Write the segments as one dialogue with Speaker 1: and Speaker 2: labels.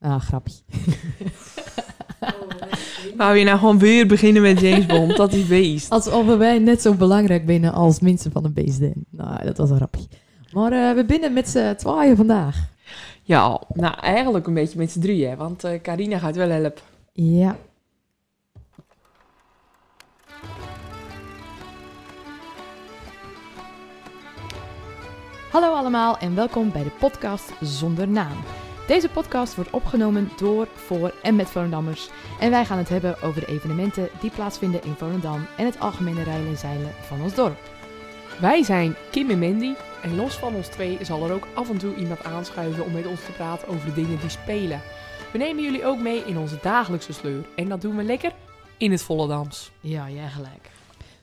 Speaker 1: Ah, grapje.
Speaker 2: Wou je nou gewoon weer beginnen met James Bond? Dat is beest.
Speaker 1: Alsof wij net zo belangrijk binnen als mensen van de beesten. Nou, dat was een grapje. Maar eh, we binnen met z'n tweeën vandaag.
Speaker 2: Ja, nou eigenlijk een beetje met z'n drieën, want eh, Carina gaat wel helpen.
Speaker 1: Ja. Hallo allemaal en welkom bij de podcast Zonder Naam. Deze podcast wordt opgenomen door, voor en met Volendammers. En wij gaan het hebben over de evenementen die plaatsvinden in Volendam en het algemene rijden en zeilen van ons dorp.
Speaker 2: Wij zijn Kim en Mandy en los van ons twee zal er ook af en toe iemand aanschuiven om met ons te praten over de dingen die spelen. We nemen jullie ook mee in onze dagelijkse sleur en dat doen we lekker in het Volledams.
Speaker 1: Ja, jij gelijk.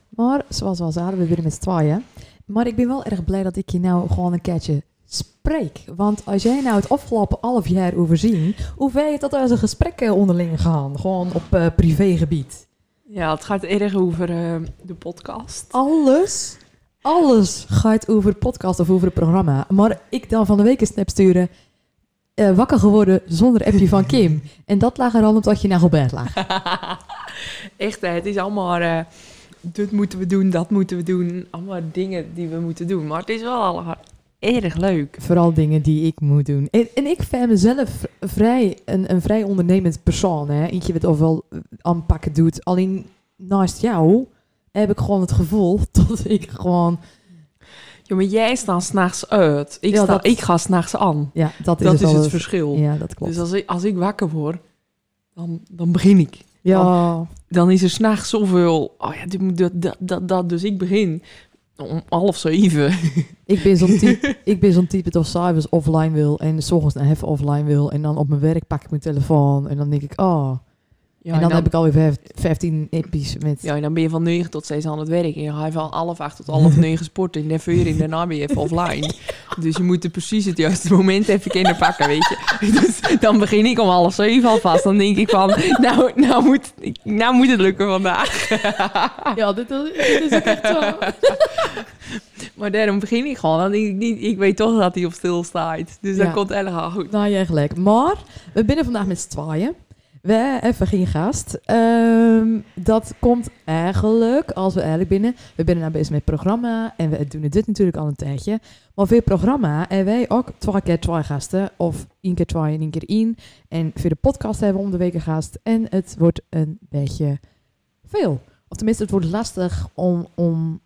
Speaker 1: Maar zoals we al zeiden, we binnen met z'n tweeën. Maar ik ben wel erg blij dat ik je nou gewoon een keertje spreek. Want als jij nou het afgelopen half jaar overzien, hoe wij het dat als een gesprekken onderling gaan? Gewoon op eh, privégebied.
Speaker 2: Ja, het gaat erg over eh, de podcast.
Speaker 1: Alles, alles gaat over podcast of over het programma. Maar ik dan van de week een snap sturen. eh, wakker geworden zonder appje van Kim. En dat lag er al omdat je naar bed lag.
Speaker 2: Echt, hè, het is allemaal. eh, dit moeten we doen, dat moeten we doen. Allemaal dingen die we moeten doen. Maar het is wel allemaal erg leuk.
Speaker 1: vooral dingen die ik moet doen. En, en ik vind mezelf v- vrij, een, een vrij ondernemend persoon. Hè? Eentje wat overal eh, aanpakken doet. Alleen naast jou heb ik gewoon het gevoel dat ik gewoon...
Speaker 2: Ja, maar jij staat s'nachts uit. Ik,
Speaker 1: Ja,
Speaker 2: sta,
Speaker 1: dat-
Speaker 2: ik ga s'nachts aan.
Speaker 1: Ja, dat is het,
Speaker 2: Dat is het
Speaker 1: alles.
Speaker 2: verschil.
Speaker 1: Ja, dat klopt.
Speaker 2: dus als ik, als ik wakker word, dan, dan begin ik.
Speaker 1: ja,
Speaker 2: Dan is er s'nachts zoveel. Oh ja, dit moet dat, dat, dat, dat. Dus ik begin om half zeven.
Speaker 1: ik ben zo'n type, ik ben zo'n type dat s'avonds offline wil en s ochtends even offline wil. En dan op mijn werk pak ik mijn telefoon en dan denk ik, oh.
Speaker 2: Ja,
Speaker 1: en dan, heb ik alweer vijf- 15 appies met...
Speaker 2: Ja, en dan ben je van 9 tot 6 aan het werk. En je gaat van half 8 tot half 9 sporten. En dan vier en daarna ben je even offline. Dus je moet er precies het juiste moment even kunnen pakken, weet je. Dus dan begin ik om half 7 alvast. Dan denk ik van, nou, nou, moet, nou moet het lukken vandaag.
Speaker 1: Ja, dit, dit is ook echt zo.
Speaker 2: Maar daarom begin ik gewoon. Dan denk ik niet, ik weet toch dat hij op stil staat. Dus dat
Speaker 1: Ja.
Speaker 2: komt helemaal goed.
Speaker 1: Nou, jij gelijk. Maar we binnen vandaag met z'n tweeën. We even geen gast. Ehm, dat komt eigenlijk, als we eigenlijk binnen... We binnen nou bezig met programma en we doen dit natuurlijk al een tijdje. Maar voor het programma en wij ook twee keer twee gasten. Of één keer twee en één keer één. En voor de podcast hebben we om de week een gast. En het wordt een beetje veel. Of tenminste, het wordt lastig om, om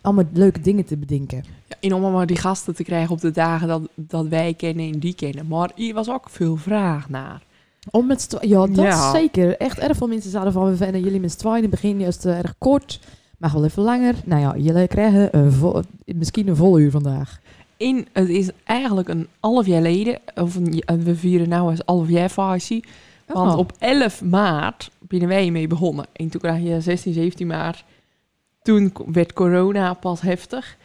Speaker 1: allemaal leuke dingen te bedenken.
Speaker 2: Ja, en om maar die gasten te krijgen op de dagen dat, dat wij kennen en die kennen. Maar hier was ook veel vraag naar.
Speaker 1: Om met z'n twa- ja, dat
Speaker 2: Ja.
Speaker 1: zeker. Echt erg veel mensen zeiden van, we vinden jullie met z'n tweeën in het begin juist eh, erg kort. Mag wel even langer. Nou ja, jullie krijgen een vo- misschien een vol uur vandaag.
Speaker 2: In, het is eigenlijk een half jaar geleden, of een, eh, we vieren nou eens half jaar versie. Want
Speaker 1: Oh.
Speaker 2: op 11 maart binnen wij mee begonnen. En toen kreeg je 16, 17 maart. Toen ko- werd corona pas heftig.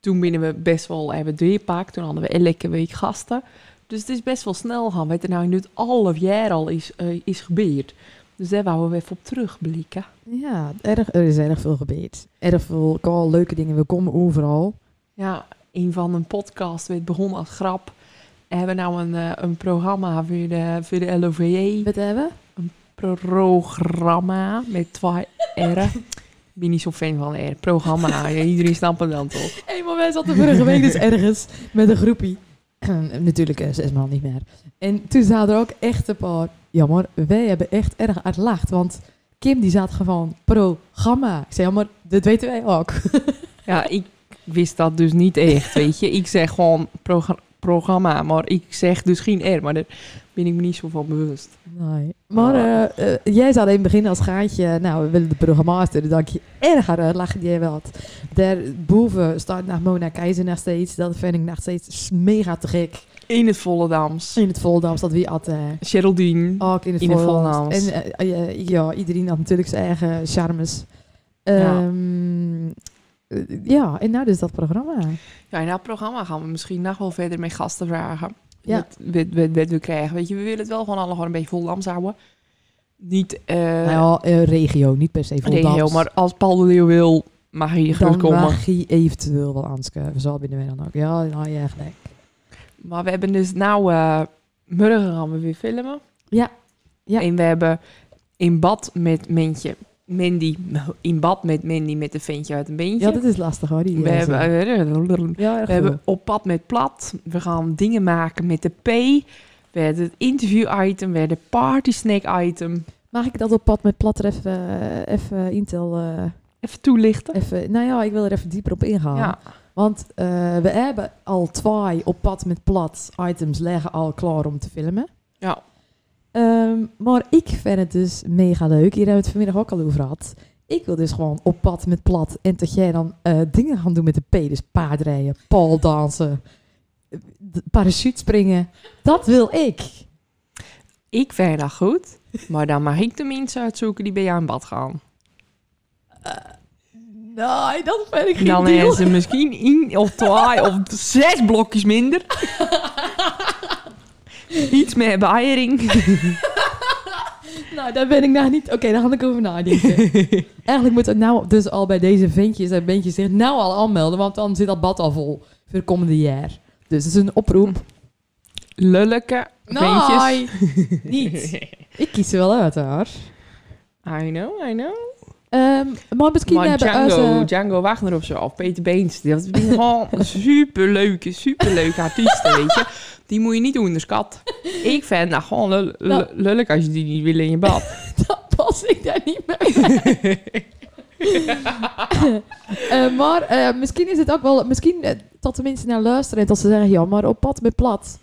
Speaker 2: Toen binnen we best wel hebben doorgepakt. Toen hadden we elke week gasten. Dus het is best wel snel gaan. Wat er nou in dit half jaar al is, eh, is gebeurd. Dus daar wouden we even op terugblikken.
Speaker 1: Ja, erg, er is erg veel gebeurd. Erg veel call, leuke dingen. We komen overal.
Speaker 2: Ja, een van een podcast werd begonnen als grap. We hebben nou een, eh, een programma voor de, voor de LOVE.
Speaker 1: Wat hebben we?
Speaker 2: E. programma met twee R'en. Ik ben niet zo fan van R. Programma. Ja, iedereen snapt het dan toch?
Speaker 1: Hey, maar wij zaten vorige week dus ergens met een groepie. Natuurlijk eh, zes man niet meer. En toen zaten er ook echt een paar... Jammer, wij hebben echt erg uit lacht. Want Kim die zat gewoon programma. Ik zei, ja maar dat weten wij ook.
Speaker 2: Ja, ik wist dat dus niet echt, weet je. Ik zeg gewoon progra- programma, maar ik zeg dus geen R. Maar daar ben ik me niet zo van bewust.
Speaker 1: Nee. Maar eh, eh, jij zou alleen beginnen als gaatje. Nou, we willen de burgemeester. Dan denk je eh, erg hard lachen die wat. Daarboven staat nog Mona Keizer nog steeds. Dat vind ik nog steeds mega te gek.
Speaker 2: In het Volledams.
Speaker 1: In het Voldams, dat wie altijd. eh,
Speaker 2: Geraldine.
Speaker 1: Ook in het
Speaker 2: In het
Speaker 1: Voldams. En
Speaker 2: Volendams.
Speaker 1: eh, eh, ja, iedereen had natuurlijk zijn eigen charmes. Ehm, eh, ja, en nou dus dat programma.
Speaker 2: Ja, in dat programma gaan we misschien nog wel verder met gasten vragen.
Speaker 1: Ja.
Speaker 2: Wat, wat, wat, wat we krijgen. Weet je, we willen het wel gewoon allemaal een beetje Volledams houden. Niet eh
Speaker 1: nou ja, eh, regio, niet per se Voldams.
Speaker 2: regio, maar als Paul de Leeuw wil, mag hij hier
Speaker 1: dan
Speaker 2: gewoon komen.
Speaker 1: mag hij eventueel wel aanschuiven. Zo binnen wij dan ook. Ja, nou, ja, gelijk.
Speaker 2: Maar we hebben dus nou eh, morgen gaan we weer filmen.
Speaker 1: Ja. Ja.
Speaker 2: En we hebben in bad met Mintje. Mandy, in bad met Mandy met een ventje uit een beentje.
Speaker 1: Ja, dat is lastig hoor. Die
Speaker 2: we
Speaker 1: eh,
Speaker 2: hebben,
Speaker 1: zin. ja, erg
Speaker 2: we hebben
Speaker 1: goed.
Speaker 2: op pad met plat. We gaan dingen maken met de P. We hebben het interview item, we hebben het party snack item.
Speaker 1: Mag ik dat op pad met plat er even, eh, even Intel... eh,
Speaker 2: Even toelichten.
Speaker 1: even, nou ja, ik wil er even dieper op ingaan.
Speaker 2: Ja.
Speaker 1: Want eh, we hebben al twee op pad met plat items leggen al klaar om te filmen.
Speaker 2: Ja.
Speaker 1: Ehm, maar ik vind het dus mega leuk. Hier hebben we het vanmiddag ook al over gehad. Ik wil dus gewoon op pad met plat. En dat jij dan eh, dingen gaan doen met de P. Dus paardrijden, paldansen, eh, d- parachute springen. Dat wil ik.
Speaker 2: Ik vind dat goed, maar dan mag ik de mensen uitzoeken die bij jou in bad gaan.
Speaker 1: Nee, Eh, nou, dat vind ik
Speaker 2: dan hebben ze misschien één of twee of zes blokjes minder. Iets meer bijering.
Speaker 1: Nou, daar ben ik nou niet... Oké, daar ga ik over nadenken. Eigenlijk moet het nou dus al bij deze ventjes en beentjes zich nou al aanmelden. Want dan zit dat bad al vol voor het komende jaar. Dus het is een oproep.
Speaker 2: Lullijke beentjes.
Speaker 1: Nee, niet. Ik kies er wel uit, hoor.
Speaker 2: I know, I know.
Speaker 1: Ehm, maar misschien
Speaker 2: maar
Speaker 1: hebben
Speaker 2: Django,
Speaker 1: we... eh, onze-
Speaker 2: Django Wagner of zo, of Peter Beens. Dat zijn gewoon superleuke, superleuke artiesten, weet je. Die moet je niet onderschatten. Ik vind dat gewoon lul- lul-
Speaker 1: Nou.
Speaker 2: lullig als je die niet wil in je bad.
Speaker 1: dan pas ik daar niet meer bij. Eh, maar eh, misschien is het ook wel... Misschien eh, dat de mensen naar luisteren en dat ze zeggen... Ja, maar op pad met plat.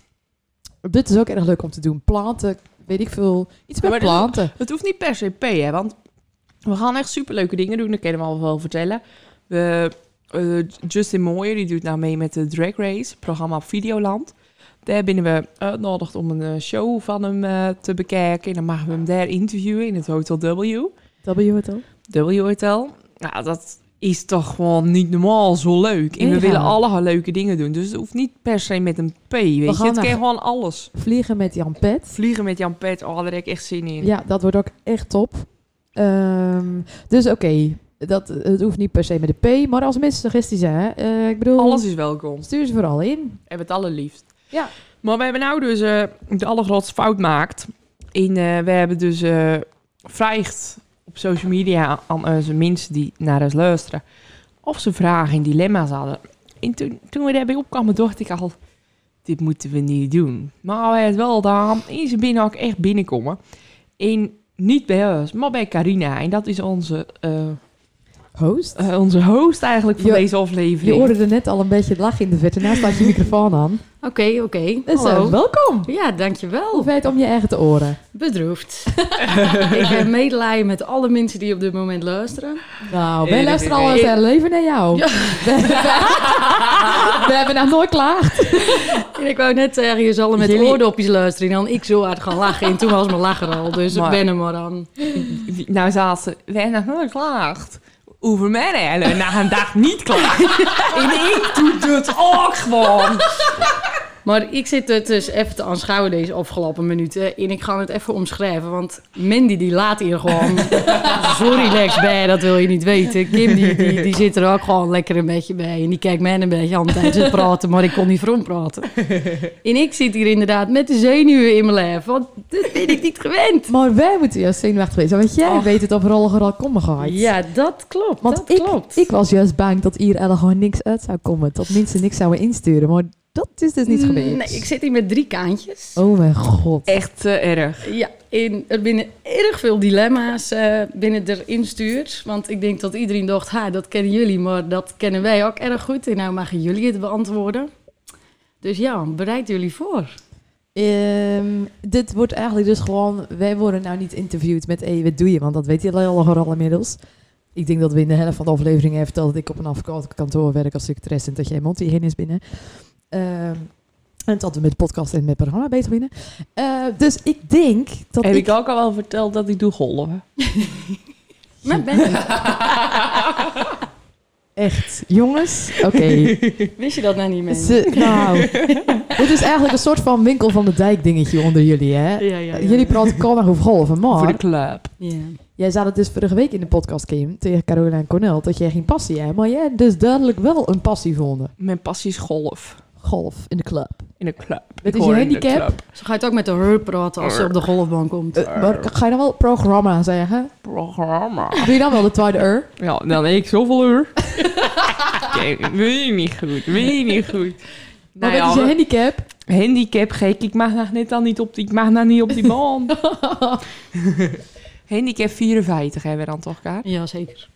Speaker 1: Dit is ook erg leuk om te doen. Planten, weet ik veel. Iets
Speaker 2: Ja,
Speaker 1: met
Speaker 2: maar dat-
Speaker 1: planten.
Speaker 2: Het hoeft niet per se P, hè, want we gaan echt superleuke dingen doen. Dat kunnen we al wel vertellen. We, eh, Justin Mooier, die doet nou mee met de Drag Race, programma op Videoland. Daar binnen we uitnodigd om een eh, show van hem eh, te bekijken. En dan mogen we hem daar interviewen in het Hotel W.
Speaker 1: W het ook.
Speaker 2: W Hotel. Nou, dat is toch gewoon niet normaal zo leuk. En we
Speaker 1: Ja.
Speaker 2: willen alle leuke dingen doen. Dus het hoeft niet per se met een P, weet je. Het
Speaker 1: gaan
Speaker 2: kan
Speaker 1: naar-
Speaker 2: gewoon alles.
Speaker 1: Vliegen met Jan Pet.
Speaker 2: Vliegen met Jan Pet, oh, daar heb ik echt zin in.
Speaker 1: Ja, dat wordt ook echt top. Ehm, dus oké, dat het hoeft niet per se met de P, maar als mensen suggesties hebben, eh, ik bedoel,
Speaker 2: Alles is welkom.
Speaker 1: stuur ze vooral in.
Speaker 2: hebben het allerliefst.
Speaker 1: Ja.
Speaker 2: Maar we hebben nou dus eh, de allergrootste fout maakt. En eh, we hebben dus eh vraagd op social media aan onze mensen die naar ons luisteren. Of ze vragen en dilemma's hadden. En toen, toen we daarbij opkwamen dacht ik al, dit moeten we niet doen. Maar we hebben het wel gedaan. En ze binnen ook echt binnenkomen. En niet bij ons, maar bij Carina. En dat is onze, eh,
Speaker 1: Host?
Speaker 2: eh, onze host eigenlijk van
Speaker 1: Je-
Speaker 2: deze
Speaker 1: Je
Speaker 2: aflevering.
Speaker 1: hoorde er net al een beetje het lachen in de verte, naast staat je microfoon aan.
Speaker 3: Oké, oké.
Speaker 1: Dus eh,
Speaker 3: Hallo.
Speaker 1: welkom!
Speaker 3: Ja,
Speaker 1: Hoe
Speaker 3: dankjewel.
Speaker 1: weet om je eigen te oren?
Speaker 3: Bedroefd. ik heb medelijden met alle mensen die op dit moment luisteren.
Speaker 1: Nou, wij
Speaker 2: Eh,
Speaker 1: luisteren
Speaker 2: eh,
Speaker 1: al
Speaker 2: eh,
Speaker 1: eens eh, leven naar jou. We, we hebben nog nooit klaar.
Speaker 3: En ik wou net zeggen, je zal hem met
Speaker 2: Jullie-
Speaker 3: oordopjes luisteren. En dan ik zo hard gaan lachen. En toen was mijn lachen al, dus
Speaker 2: Maar-
Speaker 3: ik ben er maar aan.
Speaker 2: Die- Nou zaten ze, we hebben nog nooit klaagd. Over mij hebben na een dag niet klaar. en ik doe dat ook gewoon.
Speaker 3: Maar ik zit het dus even te aanschouwen deze afgelopen minuten. En ik ga het even omschrijven. Want Mandy die laat hier gewoon zo relaxed bij. Dat wil je niet weten. Kim die, die, die zit er ook gewoon lekker een beetje bij. En die kijkt mij een beetje aan tijdens het praten. Maar ik kon niet voor praten. En ik zit hier inderdaad met de zenuwen in mijn lijf. Want dat ben ik niet gewend.
Speaker 1: Maar wij moeten juist zenuwachtig wezen, want jij
Speaker 3: Och.
Speaker 1: weet het op rollen al komen gaat.
Speaker 3: Ja, dat klopt.
Speaker 1: Want
Speaker 3: dat
Speaker 1: ik,
Speaker 3: klopt.
Speaker 1: ik was juist bang dat hier eigenlijk gewoon niks uit zou komen. Dat mensen niks zouden insturen. Maar dat is dus niet gebeurd.
Speaker 3: Mm, Nee, ik zit hier met drie kaantjes.
Speaker 1: Oh mijn god.
Speaker 2: Echt te erg.
Speaker 3: Ja, in, er binnen erg veel dilemma's eh, binnen erin stuurt. Want ik denk dat iedereen dacht, ha, dat kennen jullie, maar dat kennen wij ook erg goed. En nou mogen jullie het beantwoorden. Dus ja, bereid jullie voor.
Speaker 1: Ehm, dit wordt eigenlijk dus gewoon... Wij worden nou niet interviewd met... Hey, wat doe je? Want dat weet je al al inmiddels. Ik denk dat we in de helft van de aflevering hebben verteld... dat ik op een afgekant kantoor werk als secretaresse... en dat jij mondhygiëne is binnen. Ehm, en dat we met podcast en met programma bezig binnen. dus ik denk dat
Speaker 2: Heb
Speaker 1: ik...
Speaker 2: ik ook al wel verteld dat ik doe golven.
Speaker 3: Maar ben,
Speaker 1: Echt, jongens. Oké.
Speaker 3: wist je dat nou niet, mensen?
Speaker 1: Ze- nou, dit is eigenlijk een soort van winkel van de dijk dingetje onder jullie, hè?
Speaker 3: Ja, ja,
Speaker 1: Jullie praten kan nog over golven,
Speaker 2: Voor de
Speaker 1: maar
Speaker 2: club.
Speaker 3: Ja.
Speaker 1: jij zei het dus vorige week in de podcast, Kim, tegen Caroline en Cornel, dat jij geen passie hebt, maar jij hebt dus duidelijk wel een passie vonden.
Speaker 2: Mijn passie is golf.
Speaker 1: Golf in de club.
Speaker 2: In een club.
Speaker 1: is
Speaker 2: Ik
Speaker 1: je
Speaker 2: hoor in de
Speaker 1: handicap?
Speaker 2: club.
Speaker 3: Zo ga je het ook met de heup praten als ze op de golfbaan komt.
Speaker 1: Eh, maar ga je dan wel programma zeggen?
Speaker 2: Programma.
Speaker 1: Doe je dan wel de tweede uur?
Speaker 2: Ja, dan eet ik zoveel uur. Oké, weet je niet goed, weet je niet goed.
Speaker 1: Maar
Speaker 2: Nou
Speaker 1: wat is je
Speaker 2: ja,
Speaker 1: handicap?
Speaker 2: handicap gek, ik mag nog net al niet op die, ik mag nog niet op die baan. handicap 54 hebben we dan toch, Kaar?
Speaker 3: Ja, zeker.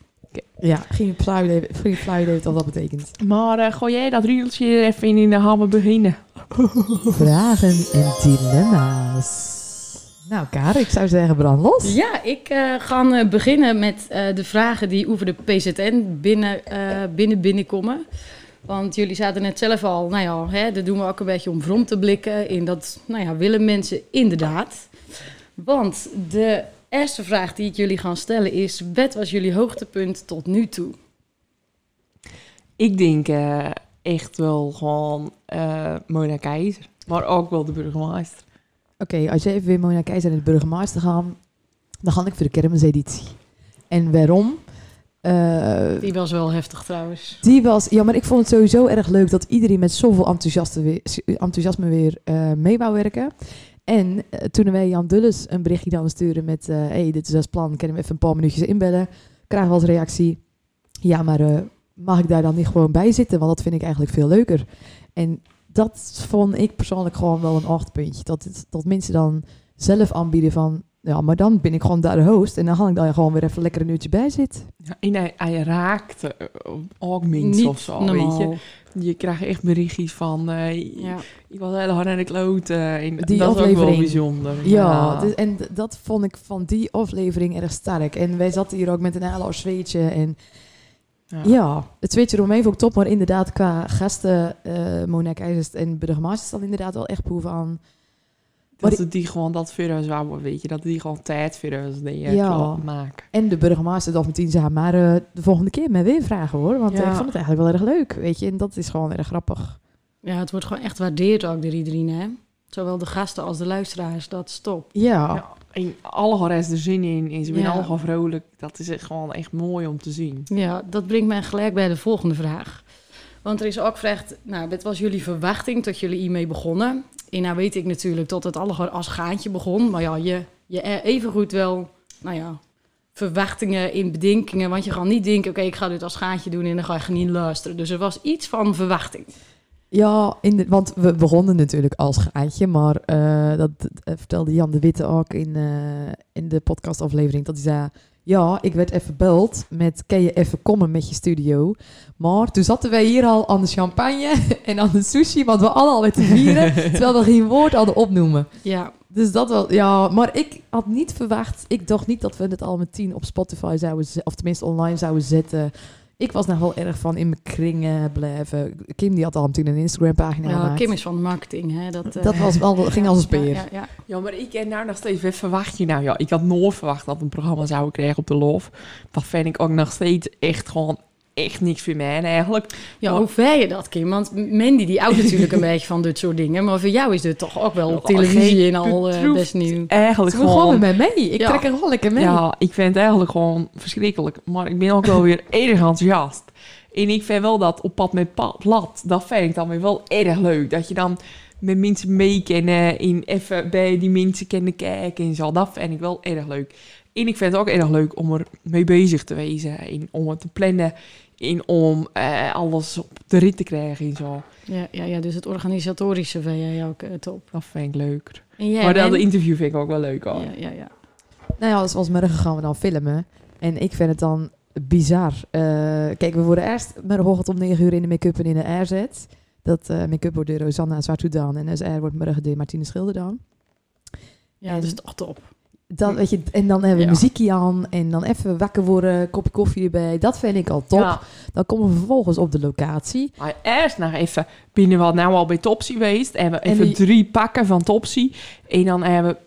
Speaker 1: Ja, geen flauw idee, geen flauw idee wat dat betekent.
Speaker 2: Maar eh, gooi jij dat rieltje er even in en dan gaan we beginnen.
Speaker 1: Vragen en dilemma's. Nou, Karen, ik zou zeggen, brand los.
Speaker 3: Ja, ik eh, ga eh, beginnen met eh, de vragen die over de PZN binnen, eh, binnen binnenkomen. Want jullie zaten net zelf al, nou ja, hè, dat doen we ook een beetje om vrom te blikken. In dat, nou ja, willen mensen inderdaad. Want de eerste vraag die ik jullie ga stellen is, wat was jullie hoogtepunt tot nu toe?
Speaker 2: Ik denk eh, echt wel gewoon eh Mona Keizer, maar ook wel de burgemeester.
Speaker 1: Oké, als jij even weer mooi naar Keizer en de burgemeester gaan, dan ga ik voor de kermiseditie. En waarom? Eh,
Speaker 3: Die was wel heftig trouwens.
Speaker 1: die was, ja, maar ik vond het sowieso erg leuk dat iedereen met zoveel enthousiaste weer- enthousiasme weer eh, mee wou werken. En eh, toen wij Jan Dulles een berichtje dan sturen met, hé, hey, dit is ons plan, kunnen we even een paar minuutjes inbellen? Krijgen we als reactie, ja, maar eh, mag ik daar dan niet gewoon bij zitten? Want dat vind ik eigenlijk veel leuker. En dat vond ik persoonlijk gewoon wel een achtpuntje. Dat, het- dat mensen dan zelf aanbieden van, ja, maar dan ben ik gewoon daar de host en dan ga ik daar gewoon weer even lekker een uurtje bij zitten.
Speaker 2: Ja, en hij, hij raakte eh, ook mensen of zo, weet je. Je krijgt echt berichtjes van, eh,
Speaker 3: Ja.
Speaker 2: ik was heel hard naar de kloten. En
Speaker 1: Die
Speaker 2: dat is ook wel
Speaker 1: aflevering.
Speaker 2: bijzonder.
Speaker 1: Ja, dus- en d- dat vond ik van die aflevering erg sterk. En wij zaten hier ook met een hele zweetje. En
Speaker 2: Ja.
Speaker 1: ja, het zweetje eromheen vond ik top. Maar inderdaad, qua gasten, eh Mona IJzers en Burgemeester dan inderdaad wel echt behoefte aan.
Speaker 2: Dat het die gewoon dat virus waar, weet je, dat die gewoon tijd virus die je
Speaker 1: Ja.
Speaker 2: maken.
Speaker 1: En de burgemeester dat meteen zei, maar eh, de volgende keer mij weer vragen hoor. Want eh,
Speaker 2: Ja.
Speaker 1: ik vond het eigenlijk wel erg leuk, weet je. En dat is gewoon erg grappig.
Speaker 3: Ja, het wordt gewoon echt waardeerd ook door iedereen, hè? Zowel de gasten als de luisteraars, dat stop.
Speaker 1: Ja,
Speaker 2: Ja. En allemaal rest er zin in en ze zijn
Speaker 3: Ja.
Speaker 2: allemaal vrolijk. Dat is echt gewoon echt mooi om te zien.
Speaker 3: Ja, dat brengt mij gelijk bij de volgende vraag. Want er is ook gevraagd, nou, wat was jullie verwachting tot jullie hiermee begonnen? En nou weet ik natuurlijk dat het allemaal als gaantje begon. Maar ja, je, je er evengoed wel, nou ja, verwachtingen in bedenkingen. Want je gaat niet denken, oké, ik ga dit als gaantje doen en dan ga je niet luisteren. Dus er was iets van verwachting.
Speaker 1: Ja, in de- want we begonnen natuurlijk als gaatje, maar eh, dat eh, vertelde Jan de Witte ook in, eh, in de podcastaflevering. Dat hij zei, ja, ik werd even gebeld met, kan je even komen met je studio? Maar toen zaten wij hier al aan de champagne en aan de sushi, want we hadden al te vieren, terwijl we geen woord hadden opnoemen.
Speaker 3: Ja,
Speaker 1: Dus dat wel, ja, maar ik had niet verwacht, ik dacht niet dat we het al met tien op Spotify zouden, ze- of tenminste online zouden zetten. Ik was nog wel erg van in mijn kringen blijven. Kim die had al meteen een Instagram pagina
Speaker 3: ja
Speaker 1: gemaakt.
Speaker 3: nou, Kim is van de marketing, hè? Dat, eh,
Speaker 1: Dat was wel, ging als een speer.
Speaker 3: Ja, ja, ja.
Speaker 2: Ja, maar ik en nou nog steeds, wat verwacht je nou? Ja, ik had nooit verwacht dat we een programma zouden krijgen op de lof. Dat vind ik ook nog steeds echt gewoon echt niks voor mij eigenlijk.
Speaker 3: Ja,
Speaker 2: Maar-
Speaker 3: hoe ver je dat, Kim? Want Mandy die houdt natuurlijk een beetje van dit soort dingen. Maar voor jou is dit toch ook wel op
Speaker 2: Ja,
Speaker 3: televisie
Speaker 2: geen
Speaker 3: en al eh,
Speaker 2: betroeft.
Speaker 3: best nieuw.
Speaker 2: Eigenlijk
Speaker 1: Ze wil gewoon
Speaker 2: gewoon...
Speaker 1: met mij mee. Ik
Speaker 3: Ja.
Speaker 1: trek er gewoon lekker mee.
Speaker 2: Ja, ik vind het eigenlijk gewoon verschrikkelijk. Maar ik ben ook wel weer erg enthousiast. En ik vind wel dat op pad met pad, lat, dat vind ik dan weer wel erg leuk. Dat je dan met mensen mee kan eh, en even bij die mensen kunnen kijken en zo. Dat vind ik wel erg leuk. En ik vind het ook erg leuk om er mee bezig te wezen. En om het te plannen. En om eh, alles op de rit te krijgen en zo.
Speaker 3: Ja, ja, ja, dus het organisatorische vind jij ook eh, top.
Speaker 2: Dat vind ik leuk.
Speaker 3: En jij,
Speaker 2: maar dat
Speaker 3: Mandy?
Speaker 2: interview vind ik ook wel leuk. Hoor.
Speaker 3: ja, ja, ja.
Speaker 1: Nou ja, zoals morgen gaan we dan filmen. En ik vind het dan bizar. Eh, kijk, we worden eerst morgenochtend om 9 uur in de make-up en in de airzet. Dat eh, make-up wordt door Rosanna Zwartoe dan. En SR wordt morgen door Martine Schilder dan.
Speaker 3: Ja, dat is toch top.
Speaker 1: Dan, weet je, en dan hebben we
Speaker 3: Hm. Ja.
Speaker 1: muziekje aan. En dan even wakker worden, kopje koffie erbij. Dat vind ik al top.
Speaker 2: Ja.
Speaker 1: Dan komen we vervolgens op de locatie.
Speaker 2: Maar eerst nog even, binnen wat nou al bij Topsy geweest. En we
Speaker 1: En
Speaker 2: even
Speaker 1: die-
Speaker 2: drie pakken van Topsy. En dan hebben we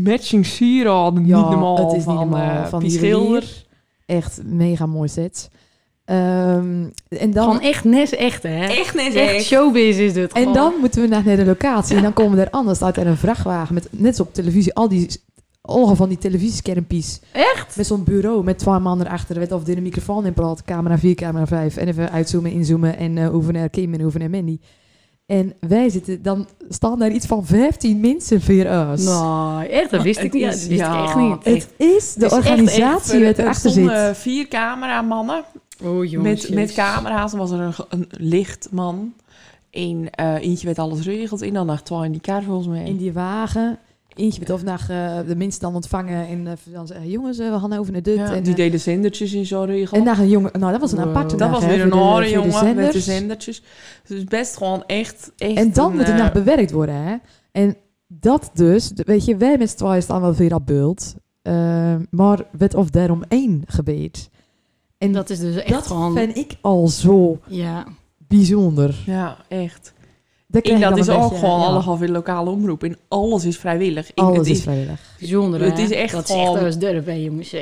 Speaker 2: matching sieraden,
Speaker 1: Ja,
Speaker 2: niet normaal,
Speaker 1: het is niet
Speaker 2: van,
Speaker 1: normaal,
Speaker 2: eh,
Speaker 1: van
Speaker 2: Piet
Speaker 1: die
Speaker 2: Schilder.
Speaker 1: Echt mega mooi set. Ehm, en dan...
Speaker 3: Gewoon echt nes echt, hè?
Speaker 2: Echt net
Speaker 3: Echt showbiz is dit.
Speaker 1: En
Speaker 3: gewoon.
Speaker 1: dan moeten we naar, naar de locatie. En dan komen we daar anders. Staat er een vrachtwagen met, net zo op televisie, al die ogen van die televisieskermpies.
Speaker 3: Echt?
Speaker 1: Met zo'n bureau met twee mannen erachter. Weet of er een microfoon in praat. Camera 4, camera 5. En even uitzoomen, inzoomen. En eh hoeven naar Kim en hoeven naar Mandy. En wij zitten, dan staan er iets van 15 mensen voor ons.
Speaker 3: Nou, echt, dat wist ik niet.
Speaker 2: Het
Speaker 3: Ja,
Speaker 2: is-
Speaker 3: dat wist
Speaker 2: ja.
Speaker 3: ik echt niet.
Speaker 1: Oh, Het is de
Speaker 2: Het is echt,
Speaker 1: organisatie
Speaker 2: echt,
Speaker 1: die
Speaker 2: eh,
Speaker 1: erachter
Speaker 2: er stonden
Speaker 1: zit.
Speaker 2: vier cameramannen
Speaker 3: Oh, jongens.
Speaker 2: met, met camera's. Dan was er een, ge- een lichtman. Eén, eh, eentje werd alles regeld. En dan naar Twa in die kar volgens mij.
Speaker 1: In die wagen. Eentje werd of naar eh, de minst dan ontvangen. En eh, dan zeggen jongens, eh, we gaan over naar dit.
Speaker 2: Ja,
Speaker 1: en,
Speaker 2: die
Speaker 1: eh,
Speaker 2: deden zendertjes in zo'n regel.
Speaker 1: en naar een jongen. Nou, dat was een
Speaker 3: Wow.
Speaker 1: aparte
Speaker 2: dat
Speaker 1: dag,
Speaker 2: was
Speaker 1: hè,
Speaker 2: weer
Speaker 1: voor
Speaker 2: een
Speaker 1: de-
Speaker 2: oren,
Speaker 1: voor de
Speaker 2: jongen, met de
Speaker 1: zenders.
Speaker 2: zendertjes. Dus best gewoon echt... echt
Speaker 1: En dan
Speaker 2: een,
Speaker 1: moet het
Speaker 2: eh,
Speaker 1: nog bewerkt worden, hè? En dat dus, d- weet je, wij met z'n tweeën staan wel weer op beeld. eh, maar werd of daarom één gebeet. En dat,
Speaker 3: Dat is dus echt
Speaker 1: dat
Speaker 3: gewoon...
Speaker 1: vind ik al zo
Speaker 3: Ja.
Speaker 1: bijzonder.
Speaker 2: Ja, echt.
Speaker 1: Daar krijg
Speaker 2: En
Speaker 1: ik
Speaker 2: dat
Speaker 1: dan
Speaker 2: is
Speaker 1: een
Speaker 2: ook
Speaker 1: beetje-
Speaker 2: gewoon
Speaker 1: ja,
Speaker 2: allemaal weer lokale omroep. En alles is vrijwillig. En
Speaker 1: Alles
Speaker 2: het
Speaker 1: is vrijwillig.
Speaker 3: Bijzonder,
Speaker 2: Het
Speaker 3: hè?
Speaker 2: is echt
Speaker 3: Dat is
Speaker 2: gewoon-
Speaker 3: echt wel eens durf, hè, jongens.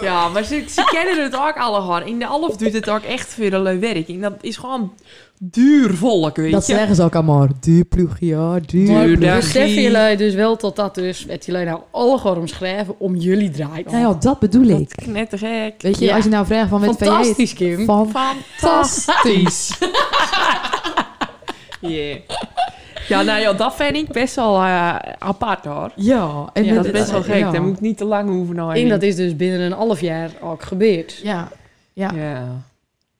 Speaker 2: Ja, maar ze, ze kennen het ook allemaal. In de half doet het ook echt weer een leuk werk. En dat is gewoon duur volk, weet
Speaker 1: Dat
Speaker 2: je.
Speaker 1: zeggen ze ook allemaal. Duur ploeg, ja, duur
Speaker 2: Duur,
Speaker 1: ploeg.
Speaker 2: daar-
Speaker 3: Beseffen
Speaker 2: Dagie.
Speaker 3: jullie dus wel tot dat dus... met jullie nou allegoor omschrijven om jullie draait.
Speaker 1: Nou ja, dat bedoel ik.
Speaker 2: Net te gek.
Speaker 1: Weet je,
Speaker 3: Ja.
Speaker 1: als je nou vraagt van met jij het
Speaker 3: Fantastisch, Kim.
Speaker 1: van...
Speaker 2: Fantastisch. Yeah. Ja, nou ja, dat vind ik best wel eh, apart hoor.
Speaker 1: Ja, en
Speaker 2: Ja,
Speaker 1: met
Speaker 2: dat is best wel gek.
Speaker 1: Ja.
Speaker 2: Daar moet ik niet te lang hoeven nou.
Speaker 3: En dat is dus binnen een half jaar ook gebeurd.
Speaker 1: Ja,
Speaker 2: ja.
Speaker 1: ja.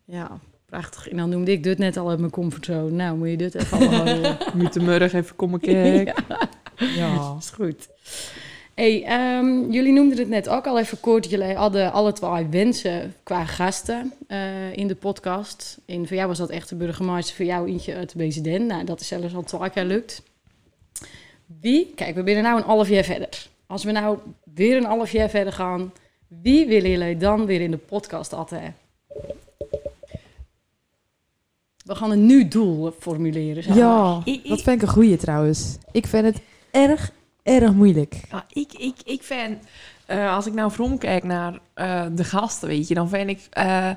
Speaker 3: Ja, prachtig. En dan noemde ik dit net al uit mijn comfortzone. Nou, moet je dit even allemaal horen.
Speaker 2: Moet de murg even komen kijken.
Speaker 1: ja.
Speaker 3: Dat is goed. Hey, ehm, jullie noemden het net ook al even kort. Jullie hadden alle twee wensen qua gasten eh, in de podcast. En voor jou was dat echt de burgemeester, voor jou eentje uit de president. Nou, dat is zelfs al twee keer lukt. Wie, kijk, we binnen nou een half jaar verder. Als we nou weer een half jaar verder gaan, wie willen jullie dan weer in de podcast atten? We gaan een nieuw doel formuleren. zeg maar.
Speaker 1: Ja,
Speaker 2: Ik- ik-
Speaker 1: dat vind ik een goeie trouwens. Ik vind het erg, erg moeilijk.
Speaker 2: Ja, ik, ik, ik vind, eh, als ik nou vrom kijk naar eh, de gasten, weet je, dan vind ik eh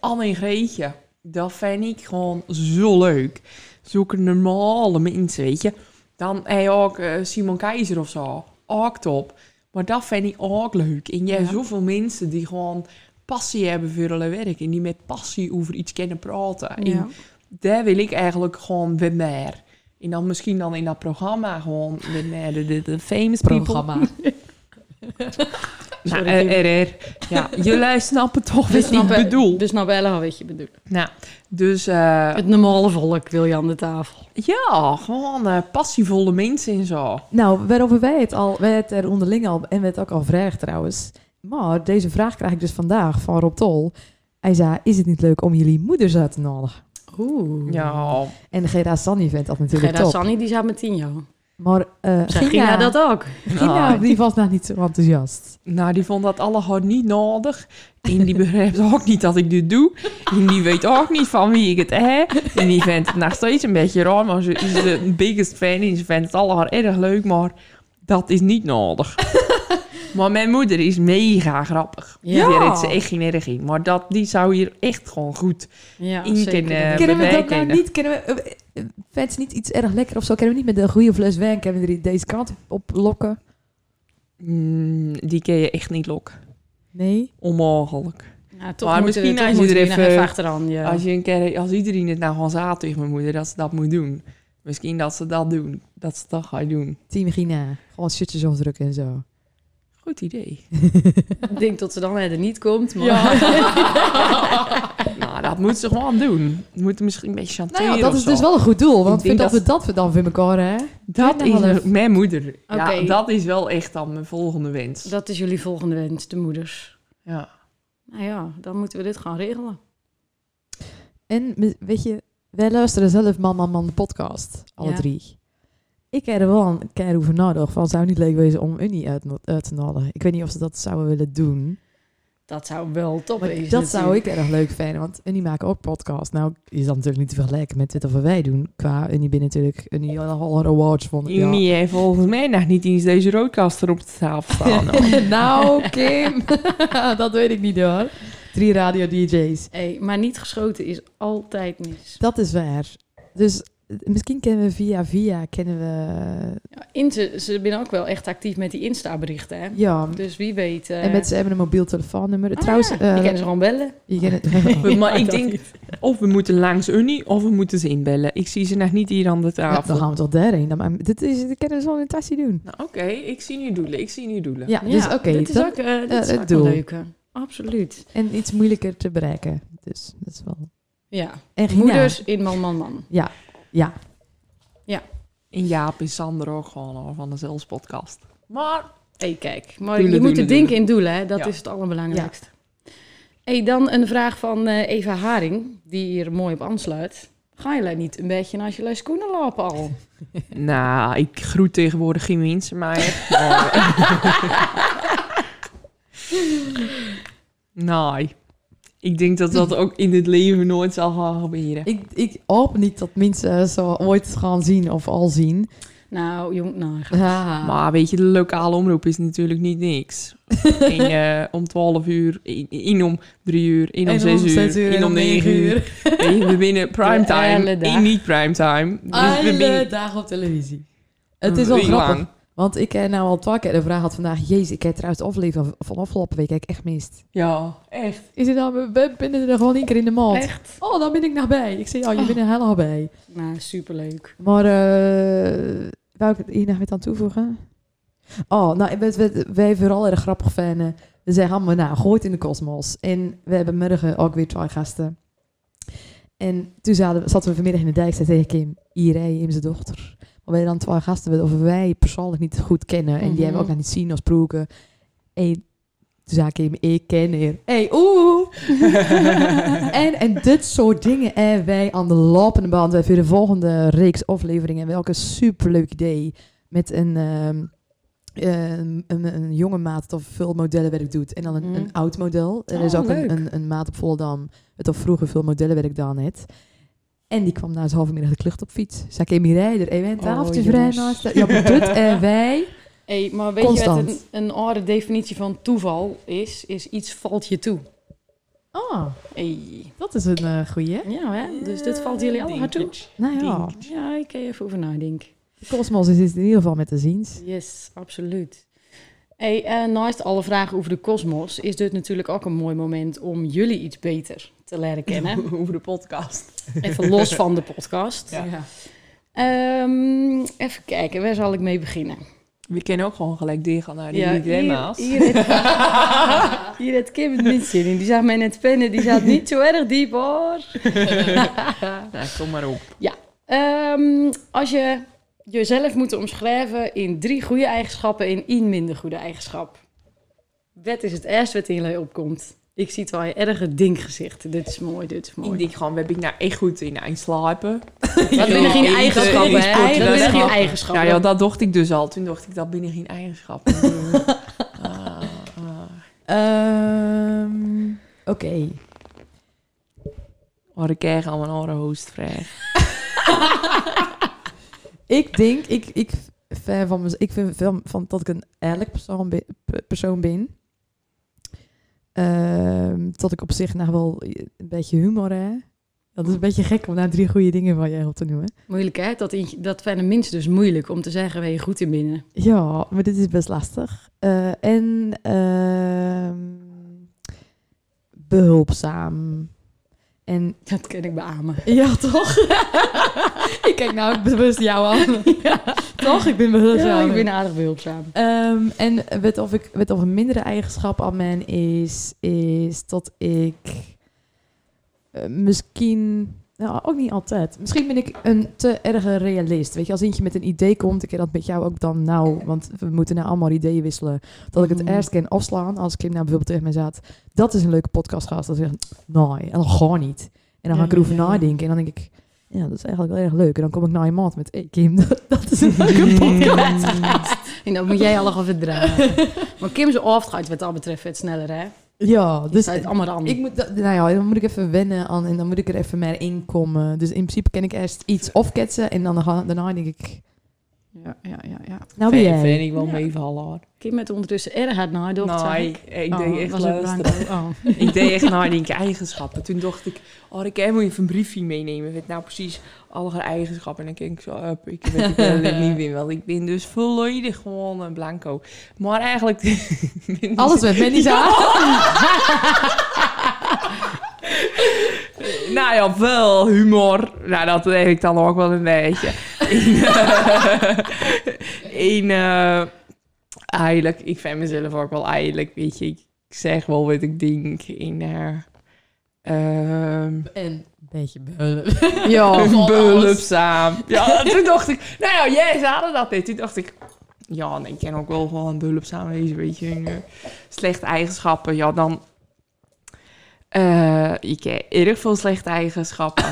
Speaker 2: Anne en Greetje. Dat vind ik gewoon zo leuk. Zulke normale mensen, weet je. Dan heb je ook eh, Simon Keizer of zo. Ook top. Maar dat vind ik ook leuk. En je hebt
Speaker 1: Ja.
Speaker 2: zoveel mensen die gewoon passie hebben voor hun werk. En die met passie over iets kunnen praten. En daar wil ik eigenlijk gewoon weer meer. En dan misschien dan in dat programma gewoon weer meer de, de, de famous people.
Speaker 1: Programma.
Speaker 2: Nou,
Speaker 3: Sorry,
Speaker 2: eh, eh, eh. Ja, jullie snappen toch
Speaker 3: We
Speaker 2: wat ik
Speaker 3: snappen-
Speaker 2: bedoel.
Speaker 3: We snappen wel wat je bedoelt.
Speaker 2: Nou, dus eh,
Speaker 3: Het normale volk wil je aan de tafel.
Speaker 2: ja, gewoon eh, passievolle mensen en zo.
Speaker 1: Nou, waarover wij het al, wij het er onderling al en we het ook al vragen trouwens. Maar deze vraag krijg ik dus vandaag van Rob Tol. Hij zei, is het niet leuk om jullie moeders uit te nodigen?
Speaker 3: Oeh.
Speaker 2: Ja,
Speaker 1: En Gerda Sanni vindt dat natuurlijk
Speaker 3: Gerda
Speaker 1: top.
Speaker 3: Sanni, die zat met tien jaar.
Speaker 1: Maar eh
Speaker 3: Zeg
Speaker 1: Gina,
Speaker 3: Gina dat ook?
Speaker 1: Gina,
Speaker 2: Nou.
Speaker 1: die was nog niet zo enthousiast.
Speaker 2: nou die vond dat allemaal niet nodig. En die begrijpt ook niet dat ik dit doe. En die weet ook niet van wie ik het heb. En die vindt het nog steeds een beetje raar. Maar ze is de biggest fan en ze vindt het allemaal erg leuk. Maar dat is niet nodig. Maar mijn moeder is mega grappig.
Speaker 3: Ja.
Speaker 2: Die redt ze echt geen erg in. Maar dat, die zou hier echt gewoon goed
Speaker 3: Ja,
Speaker 2: Inken, eh,
Speaker 3: Ja,
Speaker 1: Kennen we
Speaker 2: wij
Speaker 1: dat nou
Speaker 2: kennen.
Speaker 1: niet? Kennen we, eh, eh, vindt ze niet iets erg lekker of zo? Kunnen we niet met een goede fles wijn kunnen we er deze kant op, op lokken?
Speaker 2: Mm, die kun je echt niet lokken.
Speaker 1: Nee?
Speaker 2: Onmogelijk.
Speaker 3: toch
Speaker 2: Maar misschien
Speaker 3: maar misschien
Speaker 2: als je
Speaker 3: moet
Speaker 2: er
Speaker 3: je nog
Speaker 2: even-
Speaker 3: even achteraan. Ja.
Speaker 2: Als, je een keer, als iedereen het nou gewoon zaad tegen mijn moeder dat ze dat moet doen. Misschien dat ze dat doen. Dat ze dat gaat doen.
Speaker 1: Team Gina. Gewoon shirtjes afdrukken en zo.
Speaker 2: Goed idee.
Speaker 3: Ik denk dat ze dan er niet komt. Maar...
Speaker 2: nou, dat moet ze gewoon doen. Moet er misschien een beetje
Speaker 1: Nou
Speaker 2: chanteren
Speaker 1: ja, dat
Speaker 2: of
Speaker 1: is
Speaker 2: zo.
Speaker 1: dus wel een goed doel. Want
Speaker 2: Ik denk
Speaker 1: vind dat, we dat we dan voor elkaar, hè?
Speaker 2: Dat
Speaker 1: Vind ik
Speaker 2: is
Speaker 1: wel
Speaker 2: een-
Speaker 1: leuk.
Speaker 2: mijn moeder. Ja,
Speaker 3: Oké.
Speaker 2: dat is wel echt dan mijn volgende wens.
Speaker 3: Dat is jullie volgende wens, de moeders.
Speaker 2: Ja.
Speaker 3: Nou ja, dan moeten we dit gaan regelen.
Speaker 1: En me- weet je, wij luisteren zelf Man Man Man de podcast. Alle
Speaker 3: Ja.
Speaker 1: drie. Ik heb er wel een keer over nagedacht. Van zou het niet leuk wezen om Unie uit, uit te nodigen? Ik weet niet of ze dat zouden willen doen.
Speaker 3: Dat zou wel top
Speaker 1: Maar
Speaker 3: zijn.
Speaker 1: dat zou ik erg leuk vinden. Want Unie maken ook podcast. Nou, is dat natuurlijk niet te vergelijken met wat wij doen. Qua Unie binnen natuurlijk. Unie al alle awards van
Speaker 2: Ja.
Speaker 1: ja.
Speaker 2: heeft volgens mij nog niet eens deze roodkaster op de tafel staan. hoor.
Speaker 1: Nou, Kim. dat weet ik niet hoor. Drie radio DJ's.
Speaker 3: Hey, maar niet geschoten is altijd mis.
Speaker 1: Dat is waar. Dus misschien kennen we via via, kennen we... eh,
Speaker 3: Ja, Insta, ze zijn ook wel echt actief met die Insta-berichten. Hè?
Speaker 1: Ja,
Speaker 3: Dus wie weet. eh,
Speaker 1: en mensen hebben een mobiel telefoonnummer.
Speaker 3: ah,
Speaker 1: Trouwens,
Speaker 3: ja,
Speaker 1: eh,
Speaker 3: je kan ze gewoon bellen.
Speaker 1: je kent het-
Speaker 2: We- maar ik
Speaker 3: dat
Speaker 2: denk, of we moeten langs Unie, of we moeten ze inbellen. Ik zie ze nog niet hier aan de
Speaker 1: Ja,
Speaker 2: tafel.
Speaker 1: dan gaan we toch daarheen. Dan, maar dit, is, dit kunnen we zo in een tasje doen.
Speaker 2: Nou, oké, ik zie nu doelen, ik zie nu doelen.
Speaker 1: Ja, dus oké.
Speaker 3: dit is
Speaker 1: dat-
Speaker 3: ook, eh, dit
Speaker 1: eh,
Speaker 3: is
Speaker 1: het
Speaker 3: ook een
Speaker 1: doel.
Speaker 3: leuke. Absoluut.
Speaker 1: En iets moeilijker te bereiken. Dus dat is wel...
Speaker 3: Ja.
Speaker 1: En Gina.
Speaker 3: Moeders in man, man, man.
Speaker 1: Ja,
Speaker 2: En Jaap is Sander ook gewoon al van de Zelfs podcast. Maar
Speaker 3: Hé, kijk. Maar
Speaker 2: Doelen,
Speaker 3: je moet
Speaker 2: doelen,
Speaker 3: er denken in doelen, hè? dat
Speaker 2: Ja.
Speaker 3: is het allerbelangrijkste. Hé, dan een vraag van eh, Eva Haring, die hier mooi op aansluit. Ga je niet een beetje naar je schoenen lopen al?
Speaker 2: Nou, ik groet tegenwoordig geen mensen, maar... nee. Ik denk dat dat ook in het leven nooit zal gaan gebeuren.
Speaker 1: ik, ik hoop niet dat mensen zo ooit gaan zien of al zien.
Speaker 3: Nou, jong, nou, ga-
Speaker 1: Maar
Speaker 2: Maar weet je, de lokale omroep is natuurlijk niet niks. Eén eh, om 12 uur, één één om 3 uur, één om 6 uur, één om 9 uur. Weet je, We winnen primetime,
Speaker 3: hele dag.
Speaker 2: één niet primetime. Dus we
Speaker 1: Alle
Speaker 2: winnen
Speaker 1: dagen op televisie. Het is wel
Speaker 2: Wie
Speaker 1: grappig.
Speaker 2: lang?
Speaker 1: Want ik heb nou al twee keer de vraag had vandaag... Jezus, ik heb trouwens de aflevering van- van afgelopen week heb ik echt mist.
Speaker 2: Ja, echt.
Speaker 1: Is het dan, we binnen er gewoon één keer in de maand.
Speaker 3: echt?
Speaker 1: Oh, dan ben ik nog bij. Ik zeg, ja, je bent er helemaal bij.
Speaker 3: Nou, superleuk.
Speaker 1: Maar eh wou ik hier nog wat aan toevoegen? Oh, nou, we, we, wij vooral erg grappig vinden. We zeggen allemaal, nou, gooit in de kosmos. En we hebben morgen ook weer twee gasten. En toen zaten, zaten we vanmiddag in de dijk, zei tegen Kim, Irene, en zijn dochter. Maar wij dan twee gasten, willen, of wij persoonlijk niet goed kennen. En die
Speaker 3: Mhm.
Speaker 1: hebben we ook nog niet zien als proeken. En toen zei Kim, ik ken haar. hey, oeh! en, en dit soort dingen. En wij aan de lopende band. Wij voor de volgende reeks afleveringen. Welke superleuk idee. Met een, ehm, ehm, een, een jonge maat dat veel modellenwerk doet. En dan een,
Speaker 3: Mhm.
Speaker 1: een oud model. Er
Speaker 3: Oh,
Speaker 1: is ook
Speaker 3: leuk.
Speaker 1: een, een, een maat op Volendam. Het al vroeger veel modellenwerk dan net. En die kwam na zijn halve middag de klucht op fiets. Zei Kim rijder. En wij een
Speaker 3: Oh,
Speaker 1: tafeltje vrij
Speaker 3: jongens.
Speaker 1: naast. de- Ja, maar dit en wij.
Speaker 3: Hé, maar weet je wat
Speaker 1: Constant.
Speaker 3: een, een oude definitie van toeval is? Is iets valt je toe.
Speaker 1: Oh,
Speaker 3: Hey.
Speaker 1: dat is een goeie.
Speaker 3: Ja, hè? Dus dit valt jullie
Speaker 2: Eh,
Speaker 3: allemaal toe.
Speaker 1: Nou ja,
Speaker 3: Ja, ik kan je even over nadenken.
Speaker 1: de kosmos is in ieder geval met de ziens.
Speaker 3: Yes, absoluut. Hey, eh, naast alle vragen over de kosmos is dit natuurlijk ook een mooi moment om jullie iets beter te leren kennen.
Speaker 2: Over de podcast.
Speaker 3: Even los van de podcast.
Speaker 2: Ja.
Speaker 3: Ehm, even kijken, waar zal ik mee beginnen?
Speaker 2: We kennen ook gewoon gelijk doorgaan naar die
Speaker 3: hier,
Speaker 2: dilemma's.
Speaker 3: hier, had, hier had Kim het niet zin in. Die zag mij net pennen, die zat niet zo erg diep hoor.
Speaker 2: Nou, kom maar op.
Speaker 3: Ehm, als je jezelf moet omschrijven in drie goede eigenschappen en één minder goede eigenschap. Wat is het eerste wat in je opkomt? Ik zie het wel je erge dinggezicht. Dit is mooi, dit is
Speaker 2: Ik
Speaker 3: mooi.
Speaker 2: denk gewoon, heb ik nou echt goed in eindslijpen?
Speaker 3: Dat binnen geen
Speaker 2: Ja,
Speaker 3: eigenschappen,
Speaker 2: dat is goed.
Speaker 3: hè? Dat binnen geen
Speaker 2: Nou
Speaker 3: eigenschappen.
Speaker 2: Nou ja, dat dacht ik dus al. Toen dacht ik, dat binnen geen eigenschappen. Ah, ah.
Speaker 1: Ehm, Oké.
Speaker 2: Maar ik krijg al mijn andere hostvraag.
Speaker 1: Ik denk, ik, ik, ver van mez- ik vind van, van dat ik een eerlijk persoon, ben- pe- persoon ben. Ehm, dat ik op zich nog wel eh, een beetje humor heb. Dat is een beetje gek om daar drie goede dingen van je op te noemen.
Speaker 3: Moeilijk, hè? Dat, in- dat vinden mensen dus moeilijk om te zeggen waar je goed in binnen.
Speaker 1: Ja, maar dit is best lastig. Eh, en ehm, behulpzaam. En
Speaker 3: Dat kan ik beamen.
Speaker 1: Ja, toch? ik kijk nou bewust jou aan. Toch? Ik ben bewust
Speaker 3: Ja,
Speaker 1: jou
Speaker 3: ik
Speaker 1: aan.
Speaker 3: ben aardig behulpzaam.
Speaker 1: Ehm, en weet of, ik, weet of een mindere eigenschap aan mij is, is dat ik eh, misschien... Nou, ook niet altijd. Misschien ben ik een te erge realist. Weet je, als eentje met een idee komt, ik ken dat met jou ook dan nou, want we moeten nou allemaal ideeën wisselen. Dat ik het
Speaker 3: Mm.
Speaker 1: eerst kan afslaan, als Kim nou bijvoorbeeld tegen mij zat, dat is een leuke podcastgast. Dan zeg ik, nee, en dan gewoon niet. En dan
Speaker 3: Ja,
Speaker 1: ga ik erover
Speaker 3: ja, ja.
Speaker 1: nadenken en dan denk ik, ja, dat is eigenlijk wel erg leuk. En dan kom ik naar iemand met, hey Kim, dat is een leuke podcast.
Speaker 3: En dat moet jij al gaan verdragen. Maar Kim is afgaat wat dat betreft wat sneller, hè?
Speaker 1: Ja,
Speaker 3: Dus
Speaker 1: dus
Speaker 3: het allemaal aan.
Speaker 1: Ik moet, dat- nou ja, dan moet ik even wennen aan en dan moet ik er even meer in komen. Dus in principe kan ik eerst iets afketsen en dan ga, daarna denk ik...
Speaker 2: Ja, ja, ja. ja.
Speaker 1: Nou ben
Speaker 2: Vind-
Speaker 1: jij.
Speaker 2: Vind ik wel
Speaker 3: Ja.
Speaker 2: meevallen hoor.
Speaker 3: Kim met ondertussen erg hard nagedacht,
Speaker 2: nou,
Speaker 3: zeg
Speaker 2: ik,
Speaker 3: ik.
Speaker 2: ik
Speaker 3: Oh,
Speaker 2: deed echt
Speaker 3: was het
Speaker 2: luisteren.
Speaker 3: Branko? Oh.
Speaker 2: Ik deed echt naar die eigenschappen. Toen dacht ik, oh, ik moet even een briefje meenemen. Weet nou precies alle haar eigenschappen. En dan keek ik zo, up, ik weet het wel en niet meer. Want ik ben dus volledig gewoon een blanco. Maar eigenlijk...
Speaker 1: Alles met Mandy's aan.
Speaker 2: Nou ja, wel humor. Nou, dat heb ik dan ook wel een beetje. Eén, eh eigenlijk, ik vind mezelf ook wel eigenlijk, weet je. Ik zeg wel wat ik denk. In, eh, ehm,
Speaker 1: En een beetje
Speaker 2: Ja,
Speaker 1: van
Speaker 2: behulpzaam. Ja, toen dacht ik, nou ja, jij ze hadden dat dit. Toen dacht ik, ja, nee, ik ken ook wel gewoon behulpzaam wezen, weet je. en, eh, slechte eigenschappen, ja, dan... eh, ik ken erg veel slechte eigenschappen.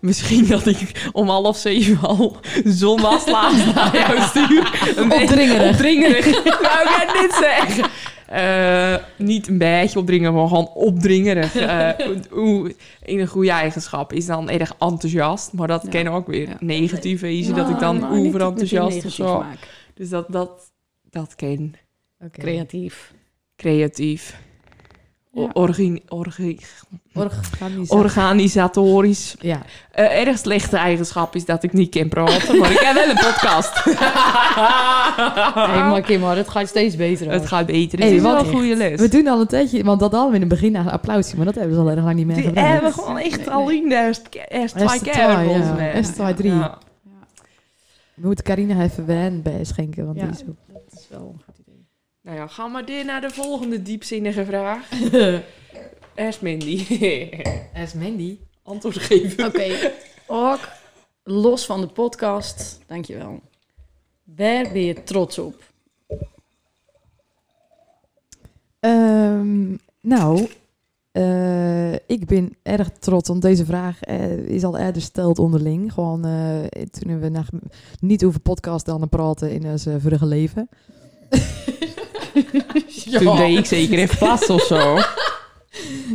Speaker 2: Misschien dat ik om half zeven al zon was laatst naar jou stuur. Een beetje
Speaker 1: Opdringerig.
Speaker 2: Opdringerig, wou ik net niet zeggen. Eh, niet een beetje opdringen, maar gewoon opdringerig. Eh, hoe- in een goede eigenschap is dan erg enthousiast. Maar dat
Speaker 3: Ja.
Speaker 2: ken ook weer
Speaker 3: Ja.
Speaker 2: negatief wezen. dat
Speaker 3: Nou,
Speaker 2: ik dan
Speaker 3: nou, niet
Speaker 2: overenthousiast of
Speaker 3: dat ik het
Speaker 2: zo.
Speaker 3: negatief maak.
Speaker 2: Dus dat, dat, dat ken.
Speaker 3: Creatief.
Speaker 2: Creatief. O-
Speaker 3: Ja.
Speaker 2: orgi- orgi-
Speaker 1: Organisatie.
Speaker 2: organisatorisch.
Speaker 1: ja.
Speaker 2: Eh, erg slechte eigenschap is dat ik niet kan praten. Maar ik heb wel een podcast.
Speaker 3: Nee, maar Kim, hoor, het gaat steeds beter. hoor.
Speaker 2: Ah. Het gaat beter. Het
Speaker 1: Hey,
Speaker 2: is wel
Speaker 1: wat
Speaker 2: een goede les.
Speaker 1: We doen al een tijdje, want dat hadden we in het begin aan een applausje, maar dat hebben ze al erg lang niet meer
Speaker 2: Die
Speaker 1: gebruikt.
Speaker 2: hebben gewoon echt
Speaker 3: Nee,
Speaker 2: alleen de eerst- eerst
Speaker 1: Eerst
Speaker 2: twee
Speaker 1: de
Speaker 2: keer
Speaker 1: twee,
Speaker 2: volgens
Speaker 1: ja.
Speaker 2: mij.
Speaker 1: Eerst twee, drie.
Speaker 2: eh. Ja.
Speaker 1: We moeten Carina even wen bij schenken, want
Speaker 3: Ja.
Speaker 1: die is ook...
Speaker 3: Dat is wel een goed idee.
Speaker 2: Nou ja, ga maar weer naar de volgende diepzinnige vraag. Eerst Mindy.
Speaker 1: Er is Mandy.
Speaker 2: Antwoord geven.
Speaker 3: Oké, ook los van de podcast, dankjewel. Waar ben je trots op?
Speaker 1: Ehm, nou, eh, ik ben erg trots, want deze vraag eh, is al eerder gesteld onderling. Gewoon eh, toen we nog niet over podcast dan praten in ons eh, vorige leven.
Speaker 2: Toen deed ik zeker even vast of zo.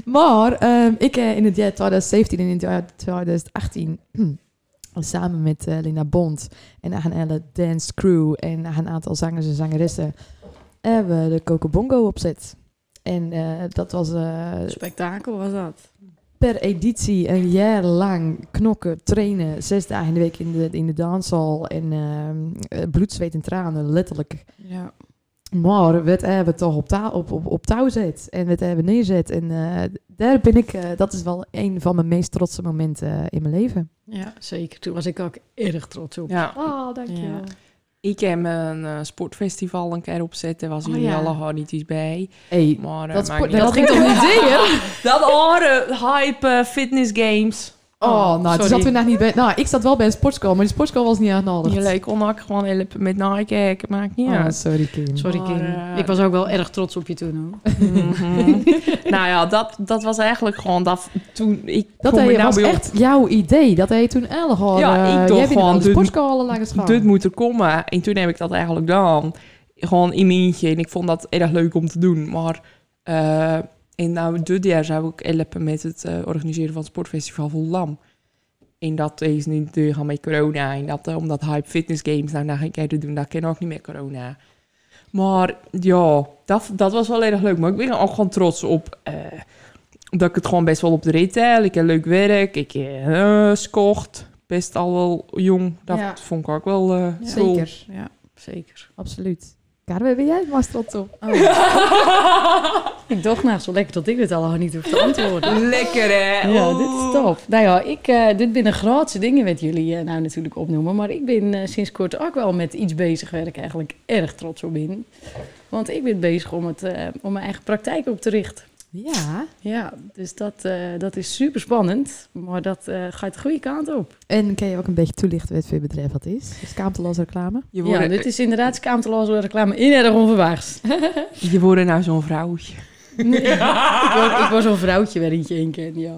Speaker 1: Maar ehm, ik eh, in het jaar 2017 en in het jaar 2018 samen met eh, Lina Bond en een hele dance crew en een aantal zangers en zangeressen hebben we de Coco Bongo opzet. En eh, dat was eh,
Speaker 3: Spektakel was dat.
Speaker 1: per editie een jaar lang knokken, trainen, zes dagen in de week in de, in de danshal en ehm, eh, bloed, zweet en tranen, letterlijk.
Speaker 3: Ja.
Speaker 1: Maar wat hebben we toch op, ta- op, op, op touw zet en wat hebben we neerzet. En eh, daar ben ik, eh, dat is wel een van mijn meest trotse momenten eh, in mijn leven.
Speaker 3: ja, zeker. Toen was ik ook erg trots op.
Speaker 2: Ja.
Speaker 1: Oh, dankjewel.
Speaker 3: Ja.
Speaker 2: Ik heb een eh, sportfestival een keer opzetten. Was
Speaker 1: Oh,
Speaker 2: jullie
Speaker 1: ja.
Speaker 2: alle haar niet eens bij.
Speaker 1: Hey,
Speaker 2: Maar, eh,
Speaker 1: dat,
Speaker 2: maakt
Speaker 1: sport-
Speaker 2: niet
Speaker 1: dat
Speaker 2: uit.
Speaker 1: ging toch niet dingen?
Speaker 2: Dat horen hype eh, fitness games.
Speaker 1: Oh, nou, toen
Speaker 3: sorry.
Speaker 1: zat we nog niet bij... Nou, ik zat wel bij een sportschool, maar die sportschool was niet uitnodigd.
Speaker 2: Jullie kon ook gewoon helpen met nakijken. Maakt niet
Speaker 1: Ja,
Speaker 2: uit.
Speaker 1: sorry Kim.
Speaker 3: Sorry,
Speaker 2: Maar,
Speaker 3: Kim.
Speaker 2: eh,
Speaker 3: ik was ook wel erg trots op je toen. Hoor.
Speaker 2: Mhm. nou ja, dat, dat was eigenlijk gewoon dat toen ik
Speaker 1: Dat
Speaker 2: kon me
Speaker 1: hij,
Speaker 2: nou
Speaker 1: was
Speaker 2: bij
Speaker 1: echt jouw idee. Dat hij toen elg had.
Speaker 2: Ja,
Speaker 1: eh,
Speaker 2: ik dacht
Speaker 1: jij bent
Speaker 2: gewoon,
Speaker 1: aan de
Speaker 2: dit-
Speaker 1: sportschool langs gaan.
Speaker 2: dit moet er komen. En toen heb ik dat eigenlijk gedaan. Gewoon in mijn eentje. En ik vond dat erg leuk om te doen. Maar eh en nou, dit jaar zou ik helpen met het eh, organiseren van het sportfestival voor Lam. En dat is nu natuurlijk al met corona. En dat, eh, omdat Hype Fitness Games nou na geen keer te doen, dat ken ook niet meer corona. Maar ja, dat, dat was wel erg leuk. Maar ik ben er ook gewoon trots op eh, dat ik het gewoon best wel op de rit heb. Ik heb leuk werk, ik heb eh, scoort. Best al wel jong. Dat
Speaker 3: Ja.
Speaker 2: vond ik ook wel eh cool.
Speaker 1: Zeker,
Speaker 3: Ja, zeker.
Speaker 1: absoluut. Karo, waar ben jij maar trots op?
Speaker 3: Ik dacht nou zo lekker dat ik dit allemaal niet hoef te antwoorden.
Speaker 2: Lekker hè?
Speaker 3: Ja,
Speaker 2: Oeh.
Speaker 3: dit is top. Nou ja, ik, eh, dit binnen grootste dingen met jullie eh, nou natuurlijk opnoemen. Maar ik ben eh, sinds kort ook wel met iets bezig waar ik eigenlijk erg trots op ben. Want ik ben bezig om, het, eh, om mijn eigen praktijk op te richten.
Speaker 1: Ja,
Speaker 3: Ja, dus dat, eh, dat is super spannend. Maar dat eh, gaat de goede kant op.
Speaker 1: en kan je ook een beetje toelichten wat voor bedrijf dat is? Dus kaamteloos reclame.
Speaker 2: Je wordt,
Speaker 3: Ja, dit is inderdaad schaamteloze reclame in erg onverwachts.
Speaker 2: je wordt nou zo'n vrouwtje.
Speaker 3: ik, was, ik was zo'n vrouwtje waar eentje in ken, ja.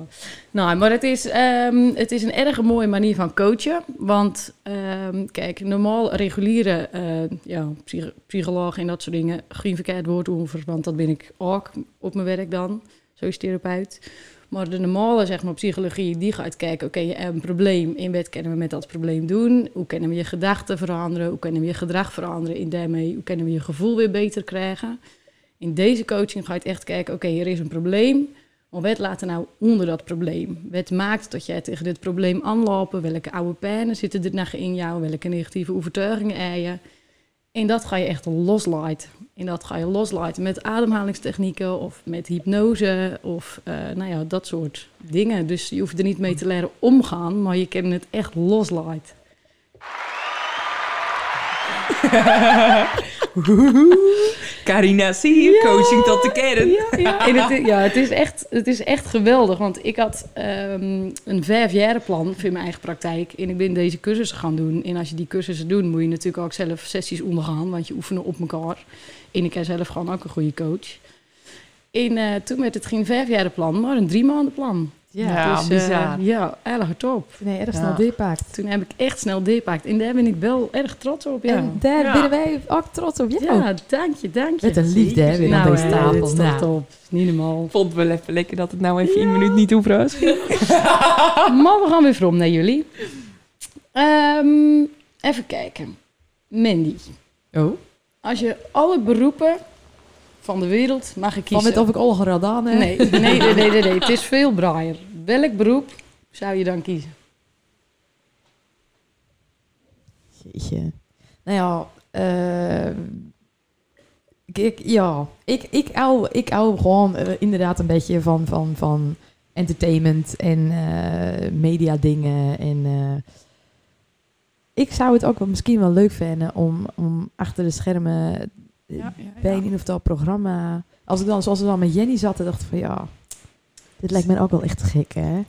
Speaker 3: Nou, maar het is, ehm, het is een erg mooie manier van coachen. Want ehm, kijk, normaal reguliere eh ja, psych- psychologen en dat soort dingen... geen verkeerd woord over, want dat ben ik ook op mijn werk dan, zoals therapeut. Maar de normale zeg maar, psychologie die gaat kijken, oké, je hebt een probleem, in wat kunnen we met dat probleem doen? Hoe kunnen we je gedachten veranderen? Hoe kunnen we je gedrag veranderen? En daarmee, hoe kunnen we je gevoel weer beter krijgen? In deze coaching ga je echt kijken, oké, er is een probleem. Maar wat laat er nou onder dat probleem? Wat maakt dat jij tegen dit probleem aanlopen? Welke oude pijnen zitten er nog in jou? Welke negatieve overtuigingen heb je? En dat ga je echt loslaten. En dat ga je loslaten met ademhalingstechnieken of met hypnose of eh, nou ja, dat soort dingen. Dus je hoeft er niet mee te leren omgaan, maar je kan het echt loslaten.
Speaker 4: Carina, zie je, coaching tot de kern.
Speaker 3: En het, i- ja, het is, echt, het is echt geweldig. Want ik had ehm een vijfjaren plan voor mijn eigen praktijk. En ik ben deze cursussen gaan doen. En als je die cursussen doet, moet je natuurlijk ook zelf sessies ondergaan. Want je oefenen op elkaar. En ik heb zelf gewoon ook een goede coach. En eh, toen werd het geen vijfjaren plan, maar een drie maanden plan.
Speaker 1: Ja,
Speaker 2: Ja.
Speaker 3: Dus, eh,
Speaker 2: bizar.
Speaker 3: ja, erg top.
Speaker 1: nee, erg
Speaker 2: Ja.
Speaker 1: snel deepaakt.
Speaker 3: Toen heb ik echt snel deepaakt. En daar ben ik wel erg trots op. Ja,
Speaker 1: En daar
Speaker 2: Ja.
Speaker 1: binnen wij ook trots op jou.
Speaker 3: ja dank je, dank je.
Speaker 1: Oh. Met een liefde, hè, weer aan
Speaker 3: nou,
Speaker 1: deze
Speaker 3: hè,
Speaker 1: tafel.
Speaker 3: dit is toch
Speaker 1: Nou.
Speaker 3: top. Niet normaal.
Speaker 2: Vond wel even lekker dat het nou even één minuut niet hoeft, Roos.
Speaker 3: Maar we gaan weer vrom naar jullie. Ehm, even kijken. Mandy,
Speaker 1: Oh.
Speaker 3: als je alle beroepen van de wereld mag
Speaker 1: Van
Speaker 3: kiezen.
Speaker 1: met of ik al gedaan heb.
Speaker 3: nee, nee, nee, nee, nee, nee. Het is veel braaier. Welk beroep zou je dan kiezen?
Speaker 1: Jeetje. Nou ja, eh, ik- ik, ja, ik, ik, hou, ik hou gewoon eh, inderdaad een beetje van, van, van entertainment en eh media dingen. En, eh, ik zou het ook wel misschien wel leuk vinden om, om achter de schermen bij een in of dat programma... Als ik dan, zoals we dan met Jenny zaten, dacht ik van ja, dit lijkt me ook wel echt gek, hè?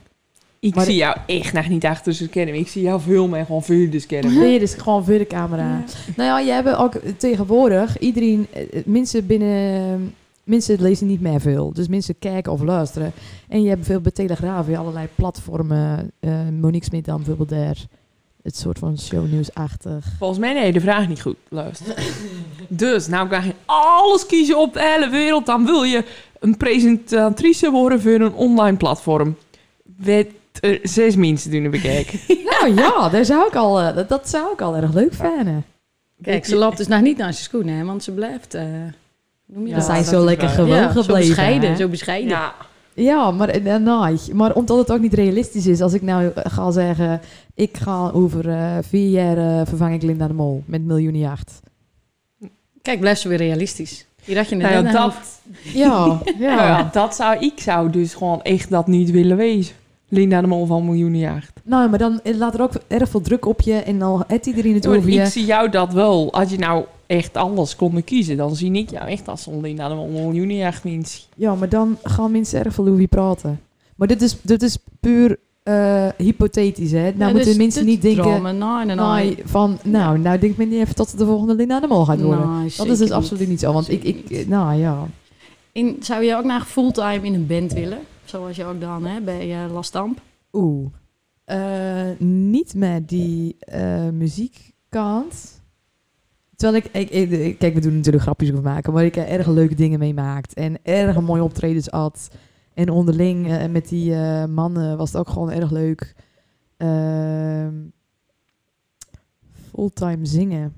Speaker 2: Ik
Speaker 1: Maar
Speaker 2: zie jou echt nog niet achter de scherm. Ik zie jou veel meer gewoon voor de scherm.
Speaker 1: Nee, dus gewoon voor de camera. Nou ja, je hebt ook tegenwoordig iedereen, eh, mensen binnen, mensen lezen niet meer veel. Dus mensen kijken of luisteren. En je hebt veel bij Telegraaf, weer allerlei platformen. eh Monique Smit dan bijvoorbeeld daar. Het soort van shownieuwsachtig.
Speaker 2: Volgens mij nee, de vraag niet goed. Luister. dus, nou kan je alles kiezen op de hele wereld. Dan wil je een presentatrice worden voor een online platform. Werd er zes mensen doen bekijken.
Speaker 1: Nou ja, daar zou ik al, eh, dat, dat zou ik al erg leuk vinden.
Speaker 3: Kijk, ze loopt dus nog niet naar zijn schoenen, hè, want ze blijft... eh, noem
Speaker 2: Ja,
Speaker 3: je
Speaker 1: we
Speaker 3: dat?
Speaker 1: zijn
Speaker 2: dat
Speaker 1: zo
Speaker 2: is
Speaker 1: lekker
Speaker 2: waar.
Speaker 1: gewoon
Speaker 3: Ja,
Speaker 1: gebleven.
Speaker 3: zo bescheiden,
Speaker 1: hè?
Speaker 3: zo bescheiden.
Speaker 2: Ja,
Speaker 1: Ja, maar, eh, nou, maar omdat het ook niet realistisch is, als ik nou ga zeggen, ik ga over eh, vier jaar eh, vervang ik Linda de Mol met miljoenenjacht.
Speaker 3: Kijk, blijft ze weer realistisch. Hier had je net
Speaker 2: nou ja,
Speaker 3: net
Speaker 2: dat,
Speaker 1: Ja, ja.
Speaker 2: nou ja, dat zou ik zou dus gewoon echt dat niet willen wezen. Linda de Mol van Miljoenenjacht.
Speaker 1: Nou, maar dan eh, laat er ook erg veel druk op je en dan heeft iedereen het
Speaker 2: Ja, maar
Speaker 1: over
Speaker 2: Ik
Speaker 1: je.
Speaker 2: zie jou dat wel. Als je nou echt anders kon kiezen, dan zie ik jou echt als een Linda de Mol Miljoenenjacht mens.
Speaker 1: Ja, maar dan gaan mensen erg veel over je praten. Maar dit is, dit is puur eh, hypothetisch, hè. Nou moeten mensen niet denken,
Speaker 3: dus Dromen, nee, nee, nee.
Speaker 1: nou, van, nou, nou denkt men niet even tot de volgende Linda de Mol gaat worden.
Speaker 3: Nee,
Speaker 1: dat
Speaker 3: Nou, zeker
Speaker 1: is dus
Speaker 3: niet.
Speaker 1: absoluut niet zo, want ik,
Speaker 3: Zeker
Speaker 1: ik,
Speaker 3: niet.
Speaker 1: eh, nou ja.
Speaker 3: En zou je ook naar fulltime in een band willen? Zoals je ook dan hè, bij eh Lastamp.
Speaker 1: Oeh. Eh, niet met die eh, muziekkant. Terwijl ik, ik, ik- ik- Kijk, we doen natuurlijk grapjes over maken. Maar ik heb erg leuke dingen meemaakt. En erg mooie optredens had. En onderling eh, met die eh, mannen was het ook gewoon erg leuk. Ehm, fulltime zingen.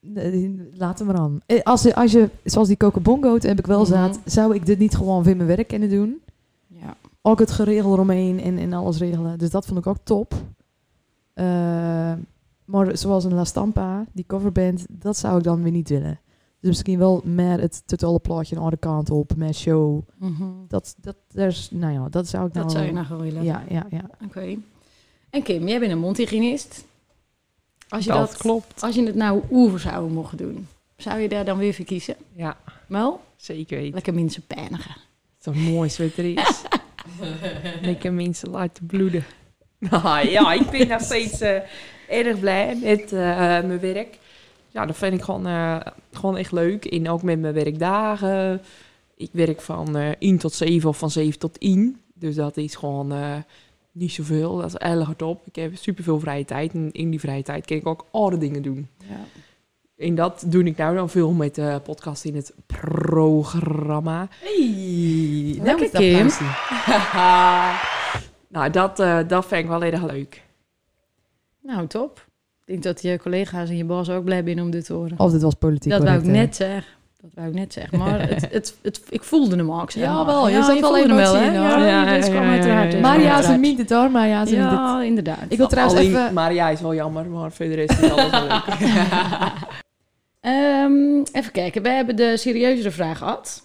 Speaker 1: Nee, Laat hem maar aan. Eh, Als, je- als je, zoals die Kokobongo, toen heb ik wel zaad.
Speaker 3: Mhm.
Speaker 1: Zou ik dit niet gewoon voor mijn werk kunnen doen?
Speaker 3: Ja.
Speaker 1: ook het geregel eromheen en, en alles regelen. Dus dat vond ik ook top. Eh, maar zoals een La Stampa, die coverband, dat zou ik dan weer niet willen. Dus misschien wel meer het totale plaatje een andere kant op, meer show. Dat, dat, daar is, nou ja, dat zou ik
Speaker 3: Mhm. Dat
Speaker 1: nou...
Speaker 3: zou je nog wel willen.
Speaker 1: Ja, ja, ja.
Speaker 3: Oké. En Kim, jij bent een mondhygiënist. Als je,
Speaker 2: dat,
Speaker 3: dat,
Speaker 2: klopt.
Speaker 3: als je het nou oever zou mogen doen, zou je daar dan weer voor kiezen?
Speaker 2: Ja,
Speaker 3: Wel,
Speaker 2: zeker weten.
Speaker 3: lekker mensen pijnigen.
Speaker 2: Zo'n mooi wat er is. Lekker mensen laten bloeden. Nou ja, ik ben nog steeds eh, erg blij met eh, mijn werk. Ja, dat vind ik gewoon, eh, gewoon echt leuk. En ook met mijn werkdagen. Ik werk van eh 1 tot 7 of van 7 tot 1. Dus dat is gewoon eh, niet zoveel. Dat is erg hard op. Ik heb superveel vrije tijd. En in die vrije tijd kan ik ook andere dingen doen. En dat doe ik nou dan veel met de podcast in het programma.
Speaker 1: Hey,
Speaker 3: lekker,
Speaker 1: moet dat
Speaker 3: Kim.
Speaker 1: nou zien.
Speaker 2: nou, dat, eh, dat vind ik wel heel erg leuk.
Speaker 3: Nou, top. Ik denk dat je collega's en je baas ook blij zijn om dit te horen.
Speaker 1: Of dit was politiek
Speaker 3: dat wou ik
Speaker 1: correct, hè?
Speaker 3: net zeggen. Dat wou ik net zeggen. Maar het, het, het, ik voelde hem ook. Zeg
Speaker 1: Ja,
Speaker 3: maar.
Speaker 1: wel. Je zat wel
Speaker 3: voelde hem
Speaker 1: emotie in,
Speaker 3: hè?
Speaker 1: hoor.
Speaker 3: Ja,
Speaker 2: Ja,
Speaker 3: dit
Speaker 2: ja,
Speaker 3: kwam
Speaker 2: ja,
Speaker 3: uiteraard.
Speaker 2: ja, ja.
Speaker 3: eh,
Speaker 1: Maria
Speaker 3: uiteraard.
Speaker 1: ze meent het hoor, Maria ze meent het.
Speaker 3: Ja, inderdaad.
Speaker 1: Ik wil trouwens
Speaker 2: Alleen
Speaker 1: even...
Speaker 2: Maria is wel jammer, maar voor de rest is alles wel leuk.
Speaker 3: Ehm, even kijken, we hebben de serieuzere vraag gehad.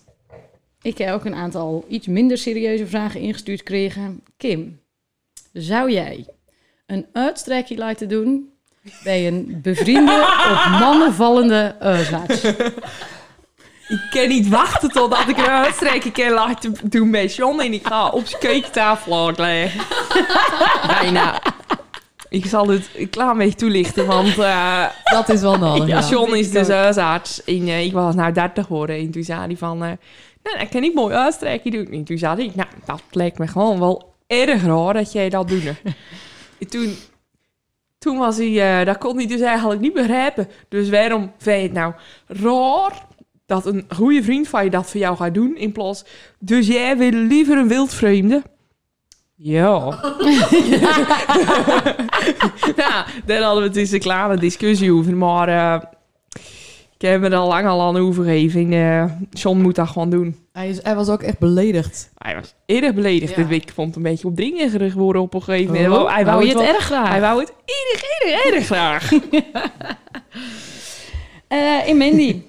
Speaker 3: Ik heb ook een aantal iets minder serieuze vragen ingestuurd gekregen. Kim, zou jij een uitstrekje laten doen bij een bevriende op mannen vallende uitlaat?
Speaker 2: Ik kan niet wachten totdat ik een uitstrijkje kan laten doen bij John. En ik ga op zijn keukentafel leggen. Bijna. Ik zal het klaar mee toelichten, want eh
Speaker 1: Dat is wel nodig, ja.
Speaker 2: John is dus huisarts. En eh, ik was nou 30 geworden. En toen zei hij van, eh nou, dat kan ik mooi uitstrijkje doen. En toen zei ik, nou, dat lijkt me gewoon wel erg raar dat jij dat doet. en toen, toen was hij, eh, dat kon hij dus eigenlijk niet begrijpen. Dus waarom vind je het nou raar dat een goede vriend van je dat voor jou gaat doen? In plaats, dus jij wil liever een wildvreemde? Ja. Nou, daar hadden we het dus een kleine discussie over. Maar eh, ik heb me er al lang al aan overgegeven. Eh John moet dat gewoon doen.
Speaker 1: Hij, is- hij was ook echt beledigd.
Speaker 2: Hij was erg beledigd.
Speaker 1: Ja.
Speaker 2: En Ik vond het een beetje opdringerig worden op een gegeven moment.
Speaker 1: Oh,
Speaker 2: hij wou
Speaker 3: je
Speaker 2: het,
Speaker 3: het
Speaker 2: wel-
Speaker 3: erg graag?
Speaker 2: hij wou het erg, erg, erg graag.
Speaker 3: Eh, in Mandy,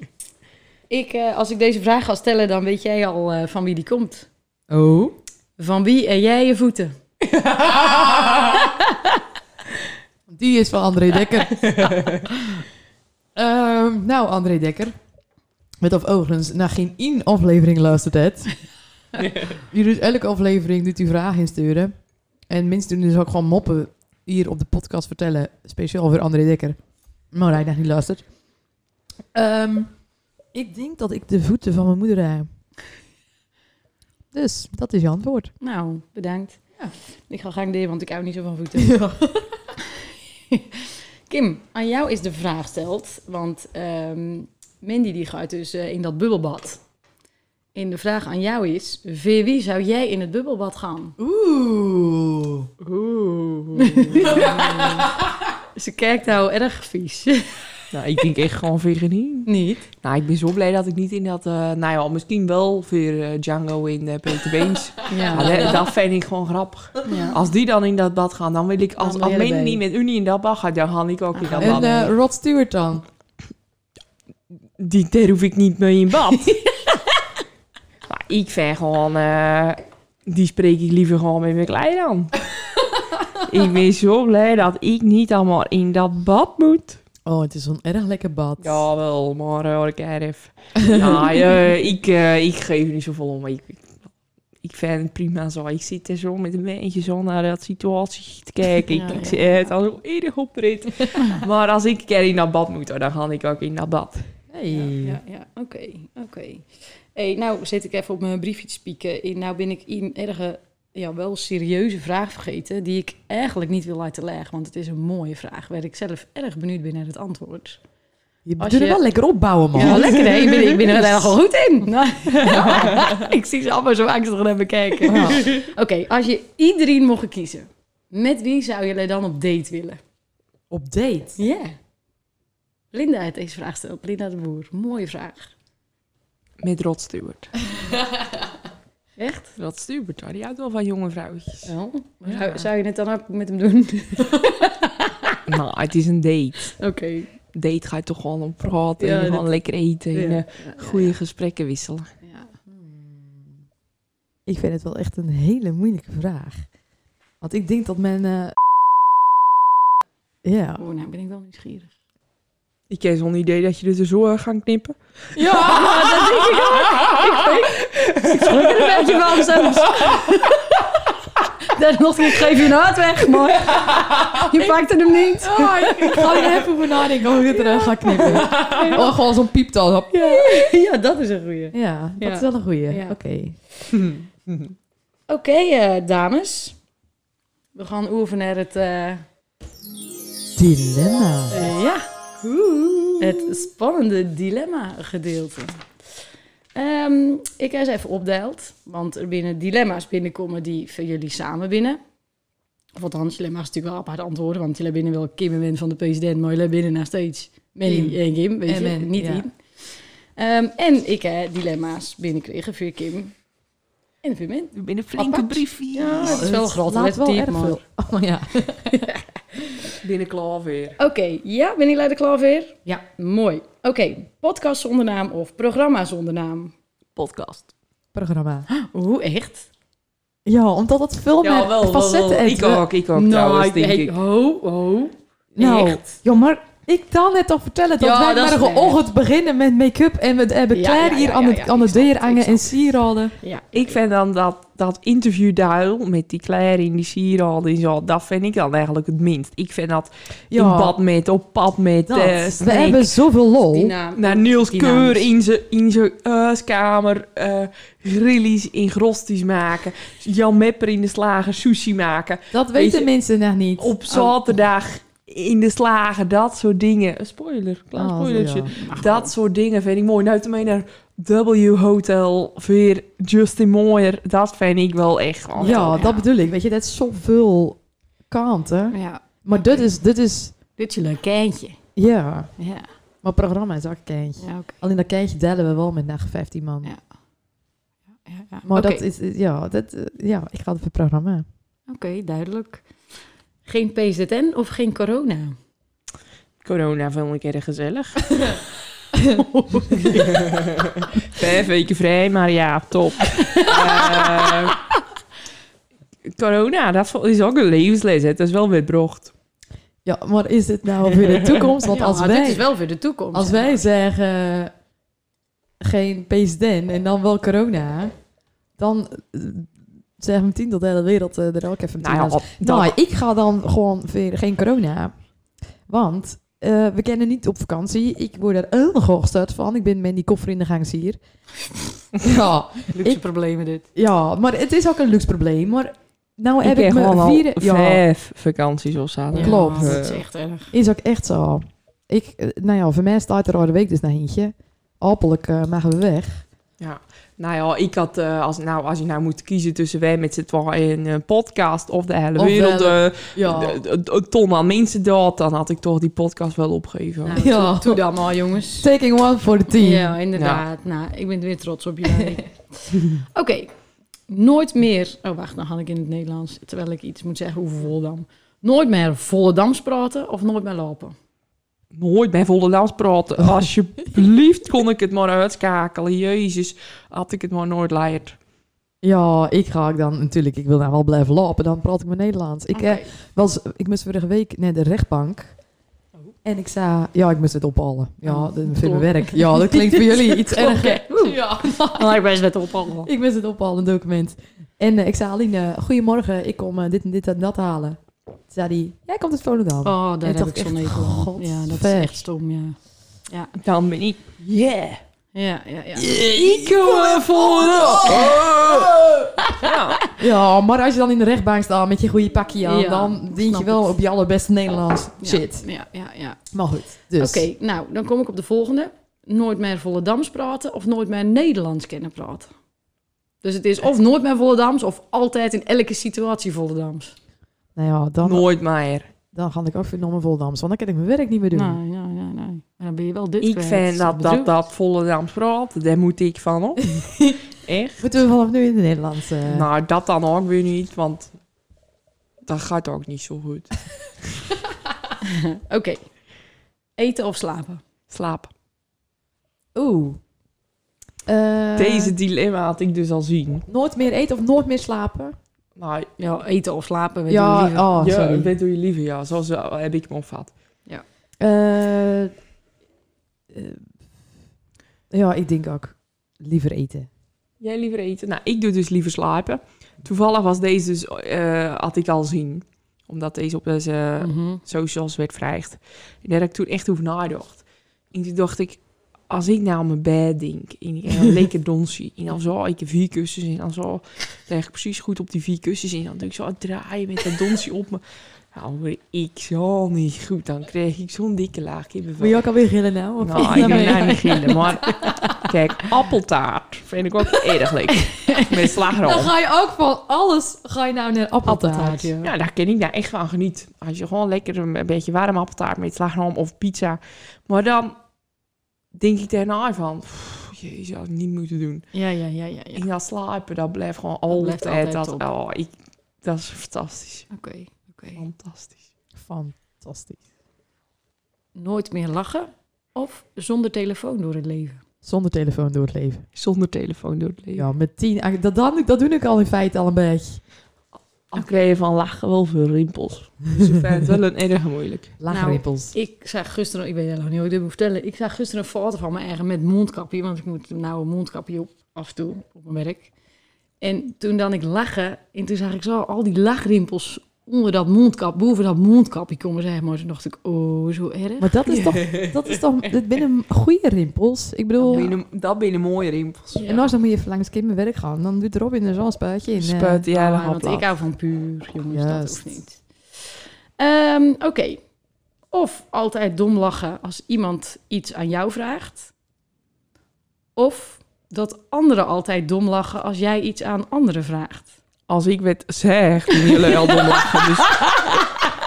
Speaker 3: ik, eh, als ik deze vraag ga stellen, dan weet jij al eh, van wie die komt.
Speaker 1: Oh.
Speaker 3: Van wie en jij je voeten?
Speaker 1: Die is van André Dekker. Ehm, nou, André Dekker. Met of overigens naar geen één aflevering luistert het. Die doet elke aflevering doet u vragen insturen. En mensen doen dus ook gewoon moppen hier op de podcast vertellen. Speciaal voor André Dekker. Maar hij nog niet luistert. Ehm, ik denk dat ik de voeten van mijn moeder heb. Dus, dat is je antwoord.
Speaker 3: Nou, bedankt.
Speaker 1: Ja.
Speaker 3: Ik ga gang delen, want ik hou niet zo van voeten. Kim, aan jou is de vraag gesteld. Want ehm, Mandy die gaat dus eh, in dat bubbelbad. En de vraag aan jou is, voor wie zou jij in het bubbelbad gaan?
Speaker 1: Oeh.
Speaker 2: Oeh.
Speaker 3: Ze kijkt nou erg vies.
Speaker 2: nou, ik denk echt gewoon veganien.
Speaker 3: Niet?
Speaker 2: Nou, ik ben zo blij dat ik niet in dat... eh, nou ja, misschien wel voor eh, Django in de Peter Beens.
Speaker 3: Ja.
Speaker 2: Maar dat, dat vind ik gewoon grappig.
Speaker 3: ja.
Speaker 2: Als die dan in dat bad gaan, dan wil ik... Als,
Speaker 3: Dan
Speaker 2: als
Speaker 3: wil je
Speaker 2: men
Speaker 3: erbij.
Speaker 2: niet met Unie in dat bad gaat, dan ga ik ook in dat
Speaker 1: En
Speaker 2: bad.
Speaker 1: eh, Rod Stewart dan?
Speaker 2: die daar hoef ik niet mee in bad. maar ik vind gewoon, eh, die spreek ik liever gewoon met mijn klei dan. ik ben zo blij dat ik niet allemaal in dat bad moet.
Speaker 1: Oh, het is zo'n erg lekker bad.
Speaker 2: Jawel, maar eh, hoor ik erf. nou, eh, ik, eh, ik geef er niet zoveel om. maar Ik, ik vind het prima zo. Ik zit er zo met een beetje zo naar dat situatie te kijken.
Speaker 3: Ja,
Speaker 2: ik ik
Speaker 3: ja,
Speaker 2: zit het al zo erg op rit. maar als ik een keer in dat bad moet, hoor, dan ga ik ook in dat bad.
Speaker 1: Hey.
Speaker 3: Ja, ja, ja. oké, oké. Hey, nou zit ik even op mijn briefje te spieken. En nou ben ik een erge, ja, wel serieuze vraag vergeten, die ik eigenlijk niet wil laten leggen, want het is een mooie vraag, waar ik zelf erg benieuwd ben naar het antwoord.
Speaker 1: Je
Speaker 3: Als
Speaker 1: doet er
Speaker 3: je-
Speaker 1: wel lekker opbouwen, man.
Speaker 3: Ja, lekker hè, ik ben, ik ben er wel goed in. ik zie ze allemaal zo angstig naar me kijken. Oké, als je iedereen mocht kiezen, met wie zou jullie dan op date willen?
Speaker 1: Op date.
Speaker 3: Ja. Linda heeft deze vraag gesteld, Linda de Boer. Mooie vraag.
Speaker 2: Met Rod Stewart.
Speaker 3: Echt?
Speaker 2: Dat stuurt hoor. Die houdt wel van jonge vrouwtjes.
Speaker 3: Wel, maar
Speaker 2: Ja.
Speaker 3: zou, zou je het dan ook met hem doen?
Speaker 2: nou, het is een date.
Speaker 3: Oké.
Speaker 2: Date ga je toch gewoon om praten
Speaker 3: Ja,
Speaker 2: en gewoon
Speaker 3: dat-
Speaker 2: lekker eten en
Speaker 3: Ja.
Speaker 2: eh, goede gesprekken wisselen.
Speaker 3: Ja.
Speaker 1: Ik vind het wel echt een hele moeilijke vraag. Want ik denk dat men... eh, Ja.
Speaker 3: Oh, nou ben ik wel nieuwsgierig.
Speaker 2: Ik heb zo'n idee dat je dit er zo aan gaat knippen.
Speaker 3: Ja, dat denk ik ook. Ik, ik, ik schrik er een beetje van soms. Desnoods, ik geef je een hart weg, maar je pakte hem niet.
Speaker 1: Oh, ik, ik ga er even over nadenken hoe ik dit eruit ga knippen. Oh, gewoon zo'n pieptal. Zo.
Speaker 3: Ja, ja dat is een goeie.
Speaker 1: Ja, dat
Speaker 3: Ja.
Speaker 1: is wel een goeie.
Speaker 3: Ja.
Speaker 1: Oké.
Speaker 3: Oké, eh, dames. We gaan oefenen naar het... eh,
Speaker 1: Dilemma.
Speaker 3: eh, ja. het spannende dilemma gedeelte. Ehm, ik heb ze even opdeeld, want er binnen dilemma's binnenkomen die van jullie samen binnen. Of althans, jullie mogen natuurlijk wel apart antwoorden, want jullie binnen wel Kim en Min van de president, maar jullie binnen nog steeds Manny
Speaker 1: Kim.
Speaker 3: en Kim, weet
Speaker 1: En
Speaker 3: je,
Speaker 1: Min,
Speaker 3: niet
Speaker 1: ja.
Speaker 3: Im. Ehm, en ik heb dilemma's binnenkregen voor Kim en voor Min.
Speaker 2: Binnen flinke
Speaker 3: Apart.
Speaker 2: briefjes.
Speaker 3: Ja, het is wel groot,
Speaker 1: laat
Speaker 3: let
Speaker 1: wel
Speaker 3: diep,
Speaker 1: erg
Speaker 3: man.
Speaker 1: veel. Oh ja.
Speaker 2: Binnen klaar weer.
Speaker 3: Oké, ja, ben ik leider klaar weer?
Speaker 1: Ja.
Speaker 3: Mooi. Oké, podcast zonder naam of programma zonder naam?
Speaker 2: Podcast.
Speaker 1: Programma.
Speaker 3: Hoe echt?
Speaker 1: Ja, omdat het veel meer facetten heeft.
Speaker 4: Ik ook, ik
Speaker 2: Nou,
Speaker 4: ook trouwens, denk
Speaker 3: hey,
Speaker 4: ik.
Speaker 3: Nou, Ho, ho.
Speaker 1: Nou,
Speaker 3: Echt?
Speaker 1: Ja, maar ik kan net al vertellen dat
Speaker 3: Ja,
Speaker 1: wij
Speaker 3: dat is
Speaker 1: morgenochtend beginnen met make-up en we hebben
Speaker 3: Ja,
Speaker 1: Claire
Speaker 3: ja,
Speaker 1: hier
Speaker 3: ja,
Speaker 1: aan
Speaker 3: ja,
Speaker 1: het
Speaker 3: ja,
Speaker 1: aan
Speaker 3: ik
Speaker 1: het
Speaker 3: snap,
Speaker 1: deur
Speaker 3: ik
Speaker 1: hangen en sieraden.
Speaker 3: Ja,
Speaker 2: Ik vind dan dat, dat interviewduil met die Claire in die sieraden en zo, dat vind ik dan eigenlijk het minst. Ik vind dat in bad met, op pad met,
Speaker 1: dat.
Speaker 2: eh,
Speaker 1: we
Speaker 2: snack.
Speaker 1: hebben zoveel
Speaker 3: die
Speaker 1: lol.
Speaker 3: naam.
Speaker 2: naar Niels
Speaker 4: Die naam
Speaker 2: Keur
Speaker 4: is-
Speaker 2: in zijn in zijn, eh, kamer eh grillies in grosties maken, Jan Mepper in de slager sushi maken,
Speaker 1: Dat
Speaker 2: Weet
Speaker 1: weten
Speaker 2: je,
Speaker 1: mensen nog niet.
Speaker 2: op zaterdag in de slager, dat soort dingen. Een spoiler, klein
Speaker 1: Oh,
Speaker 2: spoilertje.
Speaker 1: ja.
Speaker 2: Dat soort dingen vind ik mooi. Nou, toen mee naar W Hotel, weer Justin Mooier. Dat vind ik wel echt. oh,
Speaker 1: Ja,
Speaker 2: top.
Speaker 1: dat bedoel ik. Weet je, dat is zoveel kanten.
Speaker 3: Ja,
Speaker 1: Maar dit is, dit is,
Speaker 3: dit is een leuk kindje.
Speaker 1: ja.
Speaker 3: Ja,
Speaker 1: Maar programma is ook kindje.
Speaker 3: ja, oké.
Speaker 1: Alleen dat kindje delen we wel met nacht 15 man.
Speaker 3: Ja. Ja, ja.
Speaker 1: Maar
Speaker 3: Oké,
Speaker 1: dat is, is- ja, dat, eh, ja, ik ga het voor programma.
Speaker 3: oké, duidelijk. Geen PZN of geen corona?
Speaker 2: Corona vond ik erg gezellig. Vijf weken vrij, maar ja, top. Eh, corona, dat vo- is ook een levensles. hè. Het is wel witbrocht.
Speaker 1: Ja, maar is dit nou voor de toekomst? Want
Speaker 3: Ja,
Speaker 1: als
Speaker 3: maar
Speaker 1: wij...
Speaker 3: dit is wel voor de toekomst.
Speaker 1: Als wij zeggen geen PSDN en dan wel corona, dan eh, zeggen we tien dat de hele wereld eh, er ook even
Speaker 2: Nou
Speaker 1: meteen
Speaker 2: ja,
Speaker 1: aan zit.
Speaker 2: op-
Speaker 1: Nou,
Speaker 2: dan-
Speaker 1: ik ga dan gewoon weer geen corona. Want eh, we kennen niet op vakantie. Ik word er heel gehorsterd van. Ik ben met die koffer in de gang hier. ja,
Speaker 3: Luxe
Speaker 1: ik-
Speaker 3: problemen dit.
Speaker 1: ja, maar het is ook een luxe probleem. Maar nou heb
Speaker 2: ik
Speaker 1: ik,
Speaker 2: heb gewoon
Speaker 1: me
Speaker 2: al
Speaker 1: vier... Ja,
Speaker 2: vijf vakanties of zo. Eh,
Speaker 1: Ja. Klopt.
Speaker 3: Dat is echt erg.
Speaker 1: is ook echt zo. Ik, eh, nou ja, voor mij staat er al de week dus naar eentje. Hopelijk eh mogen we weg.
Speaker 2: Nou ja, ik had, eh, als, nou, als je nou moet kiezen tussen wij met z'n tweeën een podcast of de hele
Speaker 1: Of
Speaker 2: wereld,
Speaker 1: wel-
Speaker 2: eh, d- d- d- een ton aan mensen dood, dan had ik toch die podcast wel opgegeven.
Speaker 3: Nou,
Speaker 1: Ja.
Speaker 3: doe, doe dat maar, jongens.
Speaker 1: Taking one for the team.
Speaker 3: Ja, inderdaad. Nou, ik ben weer trots op jullie. Oké. Nooit meer... Oh, wacht. Dan had ik in het Nederlands, terwijl ik iets moet zeggen over Volendam. Nooit meer Volendams praten of nooit meer lopen.
Speaker 2: Nooit bij Volendams praten.
Speaker 1: Oh.
Speaker 2: Alsjeblieft kon ik het maar uitschakelen. Jezus, had ik het maar nooit leerd.
Speaker 1: Ja, ik ga ook dan natuurlijk. Ik wil nou wel blijven lopen. Dan praat ik mijn Nederlands. Ik, eh,
Speaker 3: Oké.
Speaker 1: was, ik moest vorige week naar de rechtbank. En ik zei, ja, ik moest het ophalen. Ja,
Speaker 3: Oh,
Speaker 1: dat vind ik
Speaker 3: top.
Speaker 1: werk. Ja, dat klinkt voor jullie iets erg.
Speaker 3: Ja. Dan heb ik best net oh, opgevallen.
Speaker 1: Ik moest het ophalen, een document. En eh, ik zei, Aline, goedemorgen, ik kom eh, dit en dit en dat halen. Toen zei hij, jij komt uit Volendam.
Speaker 3: Oh,
Speaker 1: En
Speaker 3: daar heb
Speaker 1: toch
Speaker 3: ik zo'n
Speaker 1: echt,
Speaker 3: hekel aan.
Speaker 1: god,
Speaker 3: Ja, dat
Speaker 1: ver.
Speaker 3: is echt stom, ja.
Speaker 2: Dan ben ik... Yeah!
Speaker 3: Ja, ja, ja.
Speaker 2: Ik
Speaker 1: eh,
Speaker 2: wil Volendam! Ja.
Speaker 1: Ja, maar als je dan in de rechtbank staat met je goede pakje aan...
Speaker 3: Ja,
Speaker 1: dan denk je
Speaker 3: snap
Speaker 1: wel
Speaker 3: het. Oh,
Speaker 1: op je allerbeste Nederlands.
Speaker 3: Ja,
Speaker 1: Shit.
Speaker 3: Ja, ja, ja.
Speaker 1: Maar goed, dus.
Speaker 3: Oké, nou, dan kom ik op de volgende. Nooit meer Volendams praten of nooit meer Nederlands kennen praten. Dus het is of nooit meer Volendams of altijd in elke situatie Volendams.
Speaker 1: Nou ja, dan,
Speaker 2: Nooit meer.
Speaker 1: dan ga ik ook weer naar mijn Voldams. Want dan kan ik mijn werk niet meer doen.
Speaker 3: Nee, nee, nee, nee. Maar dan ben je wel dit
Speaker 2: Ik
Speaker 3: kwijt.
Speaker 2: vind dat dat,
Speaker 3: bedoel-
Speaker 2: dat Volendams praten, daar moet ik van op. Echt?
Speaker 1: Moeten we vanaf nu in het Nederlands... eh,
Speaker 2: Nou, dat dan ook weer niet, want dat gaat ook niet zo goed.
Speaker 3: Oké. Eten of slapen?
Speaker 2: Slaap.
Speaker 1: Oeh. Eh,
Speaker 2: Deze dilemma had ik dus al zien.
Speaker 1: Nooit meer eten of nooit meer slapen?
Speaker 2: Nou,
Speaker 3: Ja, eten of slapen. weet
Speaker 1: ja,
Speaker 3: je liever.
Speaker 1: oh,
Speaker 2: ja,
Speaker 1: sorry.
Speaker 2: dat doe je liever, ja. Zo zo heb ik me opvat.
Speaker 1: Eh, eh, ja, ik denk ook. Liever eten.
Speaker 2: Jij liever eten? Nou, ik doe dus liever slapen. Toevallig was deze dus, eh, had ik al zien. Omdat deze op deze
Speaker 3: Mhm.
Speaker 2: socials werd vrijgd. En daar heb ik toen echt over nagedacht. En toen dacht ik, als ik nou aan mijn bed denk, en ik heb een lekker donsje, en dan zal ik vier kussens, en dan zal leg ik precies goed op die vier kussens, en dan doe ik zo aan het draaien met dat donsje op me. Nou, word ik zo niet goed. Dan kreeg ik zo'n dikke laag kippenvel.
Speaker 1: Wil je ook alweer gillen nou? Of
Speaker 2: Nou, ik ben nou niet gillen, maar... Kijk, appeltaart vind ik ook erg lekker. Met
Speaker 1: Dan
Speaker 2: slagroom.
Speaker 1: ga je ook van alles ga je nou naar appeltaart.
Speaker 3: Appeltaartje.
Speaker 2: Ja, daar ken ik daar echt van geniet. Als je gewoon lekker een een beetje warme appeltaart met slagroom of pizza. Maar dan denk ik daarna van... "Pff, Jezus, had ik niet moeten doen.
Speaker 3: Ja, ja, ja, ja. ja.
Speaker 2: En dat slapen, dat blijft gewoon
Speaker 3: blijft
Speaker 2: altijd...
Speaker 3: altijd
Speaker 2: dat,
Speaker 3: top.
Speaker 2: oh, ik, dat is fantastisch.
Speaker 3: Oké, oké.
Speaker 2: Fantastisch.
Speaker 1: Fantastisch.
Speaker 3: Nooit meer lachen of zonder telefoon door het leven.
Speaker 1: Zonder telefoon door het leven.
Speaker 2: Zonder telefoon door het leven.
Speaker 1: Ja, met tien. eigenlijk, Dat, dan, dat doe ik al in feite al een beetje.
Speaker 2: Al kreeg je van lachen wel veel rimpels. Dus ik vind het wel een erg moeilijk.
Speaker 1: Laagrimpels.
Speaker 3: Ik zag gisteren, ik weet helemaal niet hoe ik dit moet vertellen. Ik zag gisteren een foto van mijn eigen met mondkapje, want ik moet nou een mondkapje op af en toe op mijn werk. En toen dan ik lachen, en toen zag ik zo al die lachrimpels onder dat mondkap, boven dat mondkapje komen, zeg maar. Toen dacht ik, oh, zo erg.
Speaker 1: maar dat is toch, dat is toch, dit binnen goede rimpels. Ik
Speaker 2: Oh.
Speaker 1: bedoel,
Speaker 2: Dat binnen mooie rimpels.
Speaker 3: Ja.
Speaker 1: en als dan moet je even langs kind mijn werk gaan, dan doet Robin er zo'n spuitje in. eh.
Speaker 2: Spuit die hele
Speaker 3: Ja,
Speaker 2: hap
Speaker 3: Oh, want ik
Speaker 2: af.
Speaker 3: hou van puur, jongens, dat
Speaker 1: Juist.
Speaker 3: hoeft niet. Ehm, Oké. Of altijd dom lachen als iemand iets aan jou vraagt. Of dat anderen altijd dom lachen als jij iets aan anderen vraagt.
Speaker 2: Als ik werd zeg, doen jullie al dom lachen. Dus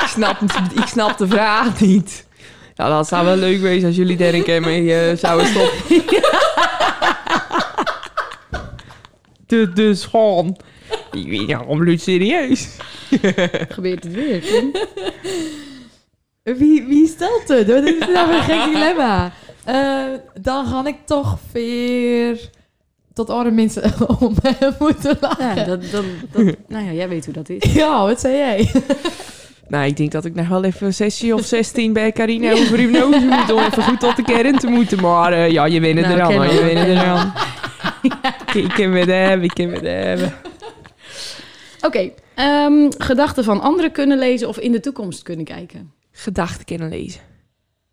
Speaker 2: ik, snap, ik snap de vraag niet. Ja, dat zou wel leuk wezen als jullie daar een keer mee eh, zouden stoppen. De, dus gewoon... Ik weet niet, om bloed serieus.
Speaker 3: Gebeurt het weer, Kim?
Speaker 1: Wie, wie stelt het? Wat is dit nou voor een gek dilemma? Eh, dan ga ik toch weer tot andere mensen om me moeten lachen.
Speaker 3: Ja,
Speaker 1: Ja,
Speaker 3: dat, dat, dat, nou ja, jij weet hoe dat is.
Speaker 1: wat zei jij?
Speaker 2: Nou, ik denk dat ik nog wel even een sessie of 16 bij Carina over hypnose moet om even goed tot de kern te moeten. Maar eh, ja, je wint het
Speaker 3: Nou,
Speaker 2: er aan,
Speaker 3: kennen
Speaker 2: hoor,
Speaker 3: we,
Speaker 2: je wint het er
Speaker 3: kennen we.
Speaker 2: aan. Ik kan het hebben, ik kan het hebben.
Speaker 3: Oké, ehm, gedachten van anderen kunnen lezen of in de toekomst kunnen kijken.
Speaker 2: Gedachten kunnen lezen.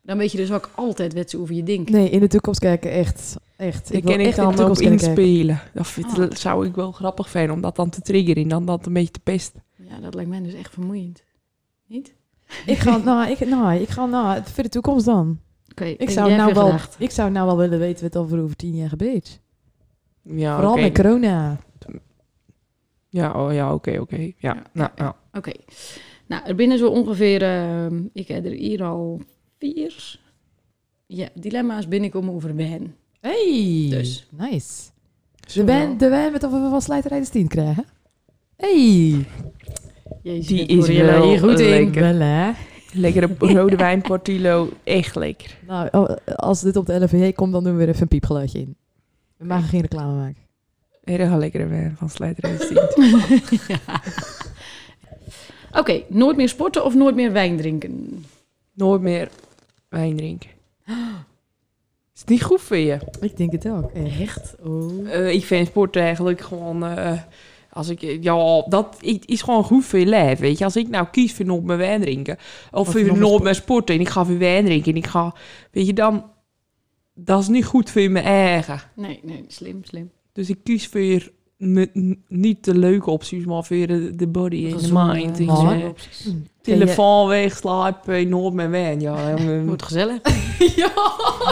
Speaker 3: Dan weet je dus ook altijd wat ze over je denken.
Speaker 1: Nee, in de toekomst kijken, echt. echt.
Speaker 2: Daar
Speaker 1: wil
Speaker 2: kan
Speaker 1: echt
Speaker 2: ik
Speaker 1: in de
Speaker 2: dan op
Speaker 1: toekomst kunnen kijken.
Speaker 2: inspelen. Dat vind-
Speaker 3: Ah.
Speaker 2: zou ik wel grappig vinden, om dat dan te triggeren en dan dat een beetje te pesten.
Speaker 3: Ja, dat lijkt mij dus echt vermoeiend. Niet?
Speaker 1: Ik ga, nou, ik, nou, ik ga, nou, voor de toekomst dan.
Speaker 3: Oké,
Speaker 1: Ik zou, nou wel, ik zou nou wel willen weten wat over over tien jaar gebeurt.
Speaker 2: Ja,
Speaker 1: Vooral
Speaker 2: Ah, oké.
Speaker 1: met corona.
Speaker 2: Ja, oh, ja, oké, oké. Ja,
Speaker 3: Ja,
Speaker 2: nou, nou.
Speaker 3: Oké. Nou, er binnen zo ongeveer, ehm, ik heb er hier al vier ja, dilemma's binnenkomen over ben.
Speaker 1: Hey,
Speaker 3: Dus.
Speaker 1: nice.
Speaker 2: Zo,
Speaker 1: De wijn, de wijn met of we van slijterijders 10 krijgen. Hey,
Speaker 3: Jezus,
Speaker 2: Die
Speaker 3: ik
Speaker 2: is
Speaker 3: word hier,
Speaker 2: wel
Speaker 3: eh, hier goed in.
Speaker 2: lekker.
Speaker 1: wel hè.
Speaker 2: Lekkere rode wijn, portillo, echt lekker.
Speaker 1: Nou, oh, als dit op de LVJ komt, dan doen we weer even een piepgeluidje in. We mogen geen reclame maken.
Speaker 2: Erg lekkere wijn van Slijterij
Speaker 3: Oké, nooit meer sporten of nooit meer wijn drinken.
Speaker 2: nooit meer wijn drinken. Is niet goed voor je.
Speaker 1: Ik denk het ook. eh.
Speaker 3: Echt? Oh.
Speaker 2: Eh, ik vind sport eigenlijk gewoon. eh, als ik, ja, dat i- is gewoon goed voor je lijf, weet je. Als ik nou kies voor nooit meer wijn drinken... of
Speaker 1: nog
Speaker 2: voor
Speaker 1: meer
Speaker 2: nooit
Speaker 1: sport-
Speaker 2: meer sporten en ik ga weer wijn drinken... en ik ga, weet je, dan... dat is niet goed voor je mijn eigen.
Speaker 3: Nee, nee, slim, slim.
Speaker 2: Dus ik kies voor je n- n- niet de leuke opties... maar voor de, de body en de
Speaker 3: Gezonde,
Speaker 2: mind. En,
Speaker 1: maar-
Speaker 2: eh,
Speaker 3: gezonde opties.
Speaker 2: telefoon wegslapen en nooit meer wijn. Ja, jongen.
Speaker 3: Wordt gezellig.
Speaker 1: ja,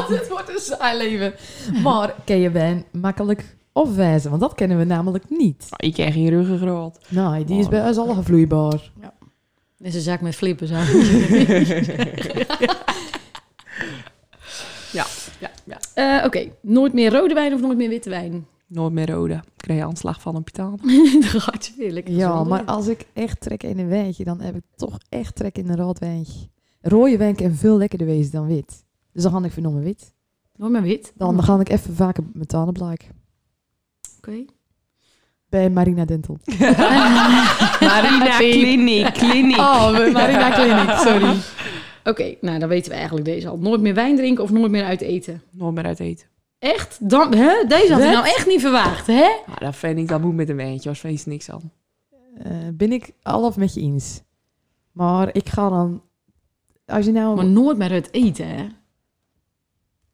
Speaker 1: dit wordt een saai leven. Maar ken je wijn makkelijk afwijzen? Want dat kennen we namelijk niet.
Speaker 2: ik ken geen ruggengraat.
Speaker 1: Nee, Nou, die is bij ons allemaal vloeibaar.
Speaker 3: Dit is een zaak met flippen, zou ik
Speaker 2: Ja, ja.
Speaker 3: Eh, Oké, nooit meer rode wijn of nooit meer witte wijn.
Speaker 2: Nooit meer rode. Ik kreeg aanslag van een pitaan.
Speaker 3: Dan gaat je weer lekker
Speaker 1: Ja,
Speaker 3: gezond
Speaker 1: maar
Speaker 3: doen.
Speaker 1: als ik echt trek in een wijntje, dan heb ik toch echt trek in een rood wijntje. Rode wijn en veel lekkerder wezen dan wit. Dus dan ga ik vernomen wit.
Speaker 3: Nooit meer wit.
Speaker 1: Dan
Speaker 3: Oké.
Speaker 1: ga ik even vaker met tanden blijken. Bij Marina Dental.
Speaker 2: Marina
Speaker 3: Fie.
Speaker 2: Kliniek, kliniek.
Speaker 1: Oh, bij Marina Clinic, sorry.
Speaker 3: Oké, nou dan weten we eigenlijk deze al. Nooit meer wijn drinken of nooit meer uit eten.
Speaker 2: Nooit meer uit eten.
Speaker 3: Echt? Dan, hè? Deze had ik
Speaker 1: Wat?
Speaker 3: nou echt niet verwacht, hè?
Speaker 2: Nou, dat vind ik, dat moet met een wijntje, als vind je niks aan.
Speaker 1: Eh, ben ik half met je eens. Maar ik ga dan... Als je nou...
Speaker 3: Maar nooit meer het eten, hè?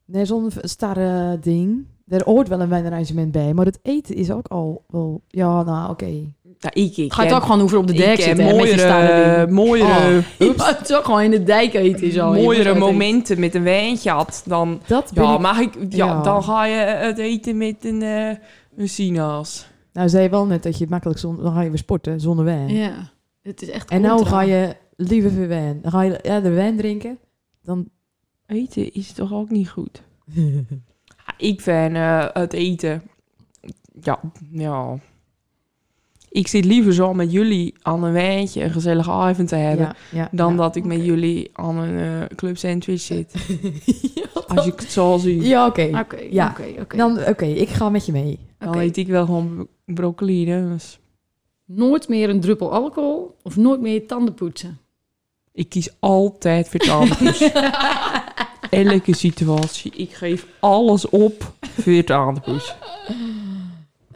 Speaker 1: Nee, zo'n starre ding. Er hoort wel een wijnarrangement bij, maar het eten is ook al wel... Ja, nou, oké.
Speaker 2: Nou, ik, ik
Speaker 3: Ga je het ook
Speaker 2: ken-
Speaker 3: gewoon hoeven op de
Speaker 2: ik
Speaker 3: dijk
Speaker 2: ken
Speaker 3: zitten hè, met je staande
Speaker 2: mooiere,
Speaker 3: ding.
Speaker 2: mooiere,
Speaker 3: Je moet toch gewoon in de dijk eten is al. Je moet
Speaker 2: mooiere
Speaker 3: zo
Speaker 2: momenten met een wijntje had dan...
Speaker 1: Dat ben
Speaker 2: Ja,
Speaker 1: ik...
Speaker 2: mag ik... Ja,
Speaker 1: ja.
Speaker 2: dan ga je eh, het eten met een, eh een sinaas.
Speaker 1: Nou, zei je wel net dat je makkelijk zonder... Dan ga je weer sporten zonder wijn.
Speaker 3: eten. Ja, het is echt
Speaker 1: En nou
Speaker 3: contra.
Speaker 1: ga je liever weer wijn. Dan ga je ja, de wijn drinken. Dan...
Speaker 2: Eten is toch ook niet goed? Ja, Ik ben eh, het eten. Ja, ja. Ik zit liever zo met jullie aan een wijntje een gezellige avond te hebben.
Speaker 1: ja, ja,
Speaker 2: Dan
Speaker 1: ja.
Speaker 2: dat ik met jullie aan een eh, club sandwich zit.
Speaker 1: Ja,
Speaker 2: Als ik het zo zie,
Speaker 1: Ja, oké.
Speaker 3: Oké,
Speaker 1: Ja.
Speaker 3: Ah, oké, oké.
Speaker 1: Dan, oké, ik ga met je mee.
Speaker 2: dan
Speaker 3: Oké.
Speaker 2: eet ik wel gewoon bro- broccoli. Dus
Speaker 3: Nooit meer een druppel alcohol of nooit meer je tanden poetsen.
Speaker 2: ik kies altijd voor tandpoes. Elke situatie. Ik geef alles op voor tandpoes.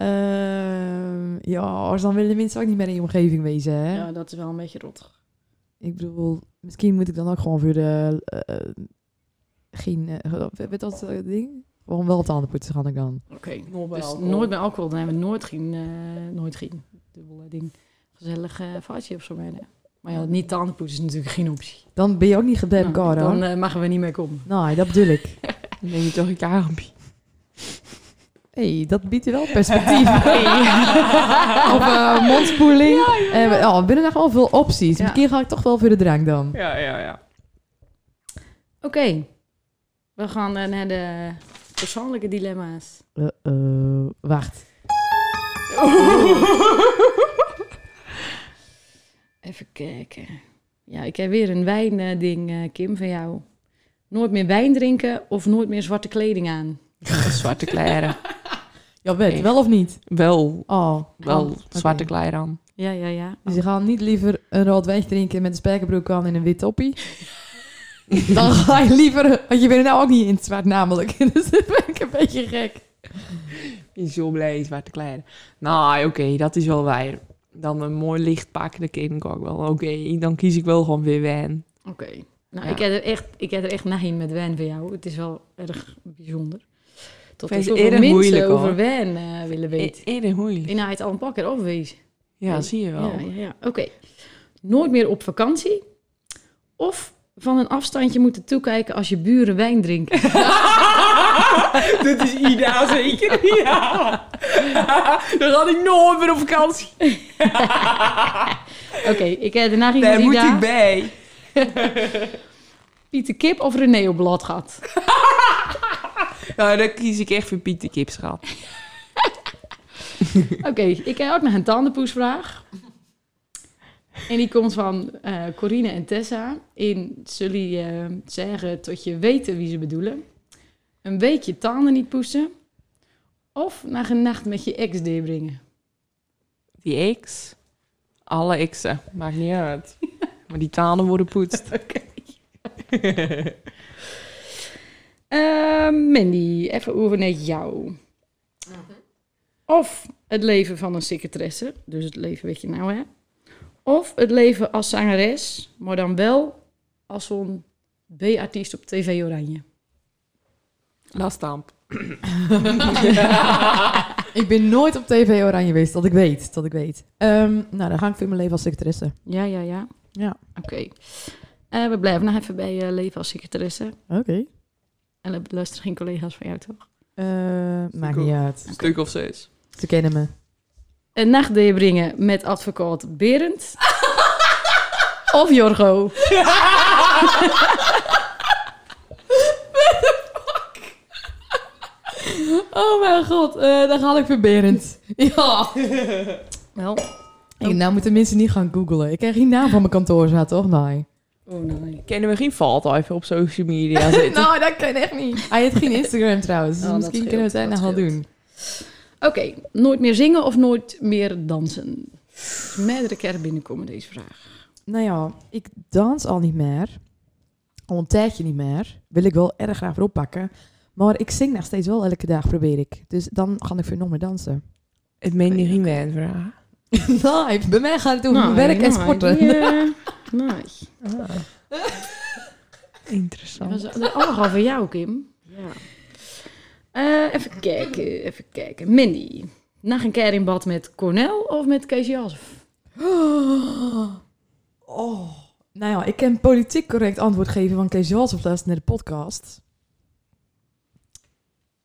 Speaker 1: Ehm, ja, als dan willen mensen ook niet meer in je omgeving wezen, hè?
Speaker 3: Ja, dat is wel een beetje rot.
Speaker 1: Ik bedoel, misschien moet ik dan ook gewoon voor de... eh, eh, geen... eh, weet dat eh, ding? Waarom wel tandenpoetsen ga ik dan?
Speaker 3: Oké. Dus nooit meer alcohol, dan hebben we nooit geen, eh, nooit geen dubbel eh, ding. Gezellig eh vaatje op zo'n manier. Maar ja, niet tandenpoetsen is natuurlijk geen optie.
Speaker 1: Dan ben je ook niet gedempt,
Speaker 3: Nou,
Speaker 1: Caro.
Speaker 3: dan eh, mogen we niet meer komen.
Speaker 1: Nee, dat bedoel ik.
Speaker 2: Dan neem je toch een karmpje.
Speaker 1: Hé, hey, dat biedt wel perspectief. Of eh, mondspoeling. Eh, maar, oh, er binnen echt wel veel opties.
Speaker 3: Ja.
Speaker 1: Misschien ga ik toch wel voor de drank dan.
Speaker 2: Ja, ja, ja.
Speaker 3: Oké, we gaan eh, naar de persoonlijke dilemma's.
Speaker 1: Eh, eh, wacht.
Speaker 3: Even kijken. Ja, ik heb weer een wijnding, eh Kim, van jou. Nooit meer wijn drinken of nooit meer zwarte kleding aan.
Speaker 2: Zwarte kleren.
Speaker 1: Ja, weet,
Speaker 2: Echt?
Speaker 1: wel of niet?
Speaker 2: Wel,
Speaker 1: Oh,
Speaker 2: wel
Speaker 1: oh, oké.
Speaker 2: zwarte kleren aan.
Speaker 3: Ja, ja, ja.
Speaker 1: Dus je gaat niet liever een rood wijntje drinken met een spijkerbroek aan en een wit toppie. dan ga je liever... Want je bent er nou ook niet in het zwart namelijk. dus dat ben ik een beetje gek.
Speaker 2: Ik ben zo blij, zwarte kleren. Nou, oké, dat is wel waar. Dan een mooi licht pakken, de kind ook wel. Oké, dan kies ik wel gewoon weer wijn.
Speaker 3: Oké. Nou,
Speaker 2: Ja.
Speaker 3: ik heb er echt, ik heb er echt naam met wijn van jou. Het is wel erg bijzonder. Tot
Speaker 2: Vind
Speaker 3: er
Speaker 2: het
Speaker 3: zoveel
Speaker 2: erg
Speaker 3: mensen
Speaker 2: moeilijk, hoor.
Speaker 3: over wijn eh, willen weten.
Speaker 2: Eerder moeilijk.
Speaker 3: En hij het al een paar keer opwees.
Speaker 2: Ja, zie je
Speaker 3: Ja,
Speaker 2: wel.
Speaker 3: ja, ja. Oké. Nooit meer op vakantie. Of van een afstandje moeten toekijken als je buren wijn drinken.
Speaker 2: Dit is Ida zeker. Ja. dan had ik nooit meer op vakantie.
Speaker 3: Oké, ik eh, heb daarna ging
Speaker 2: Daar
Speaker 3: met
Speaker 2: moet
Speaker 3: Ida.
Speaker 2: ik bij.
Speaker 3: Pieter Kip of René op blad gaat.
Speaker 2: Nou, dan kies ik echt voor Pieter Kipschap.
Speaker 3: Oké, ik heb ook nog een tandenpoesvraag. En die komt van eh, Corine en Tessa. In zullen eh, zeggen tot je weten wie ze bedoelen. Een week je tanden niet poetsen. Of naar een nacht met je ex doorbrengen.
Speaker 2: Die ex. Alle exen. Maakt niet uit. Maar die talen worden poetst.
Speaker 3: Eh, Mandy, even over naar jou. Of het leven van een secretaresse. Dus het leven weet je nou hè. Of het leven als zangeres. Maar dan wel als zo'n B-artiest op TV Oranje.
Speaker 2: Lastamp.
Speaker 1: Ik ben nooit op TV Oranje geweest, dat ik weet. Dat ik weet. Ehm, nou, dan ga ik voor mijn leven als secretaresse.
Speaker 3: Ja, ja, ja.
Speaker 1: Ja.
Speaker 3: Oké. Eh, we blijven nog even bij eh, leven als secretaresse.
Speaker 1: Oké.
Speaker 3: En dat luisteren geen collega's van jou, toch?
Speaker 1: Eh, maakt
Speaker 2: Cool.
Speaker 1: niet uit.
Speaker 2: Stuk of zes.
Speaker 1: Ze kennen me.
Speaker 3: Een nacht doorbrengen met advocaat Berend. of Jorgo.
Speaker 1: Oh mijn god, eh dan ga ik voor Berend. Ja.
Speaker 3: Wel.
Speaker 1: Ik, nou moeten mensen niet gaan googlen. Ik krijg geen naam van mijn kantoor, zat toch? Nee.
Speaker 3: Oh nee.
Speaker 2: Kennen we geen valt even op social media zitten?
Speaker 1: nou, dat kan echt niet. Hij heeft geen Instagram trouwens, dus
Speaker 3: Oh, dat
Speaker 1: misschien
Speaker 3: scheelt,
Speaker 1: kunnen we het
Speaker 3: dat
Speaker 1: nog wel
Speaker 3: scheelt.
Speaker 1: doen.
Speaker 3: Oké, nooit meer zingen of nooit meer dansen? Dus Meerdere keren binnenkomen deze vraag.
Speaker 1: Nou ja, ik dans al niet meer. Al een tijdje niet meer. Wil ik wel erg graag weer oppakken. Maar ik zing nog steeds wel elke dag, probeer ik. Dus dan ga ik weer nog meer dansen.
Speaker 2: Het meen je geen wijn vragen.
Speaker 1: Nice. Bij mij gaat het over mijn werk en
Speaker 3: nou,
Speaker 1: sporten.
Speaker 3: die, eh, nou,
Speaker 2: Interessant.
Speaker 3: dat was allemaal van jou, Kim. Ja. Eh, even kijken, even kijken. Mandy, na een keer in bad met Cornel of met Kees Jansf?
Speaker 1: Oh. Nou ja, ik kan politiek correct antwoord geven van Kees Jols of luisteren naar de podcast.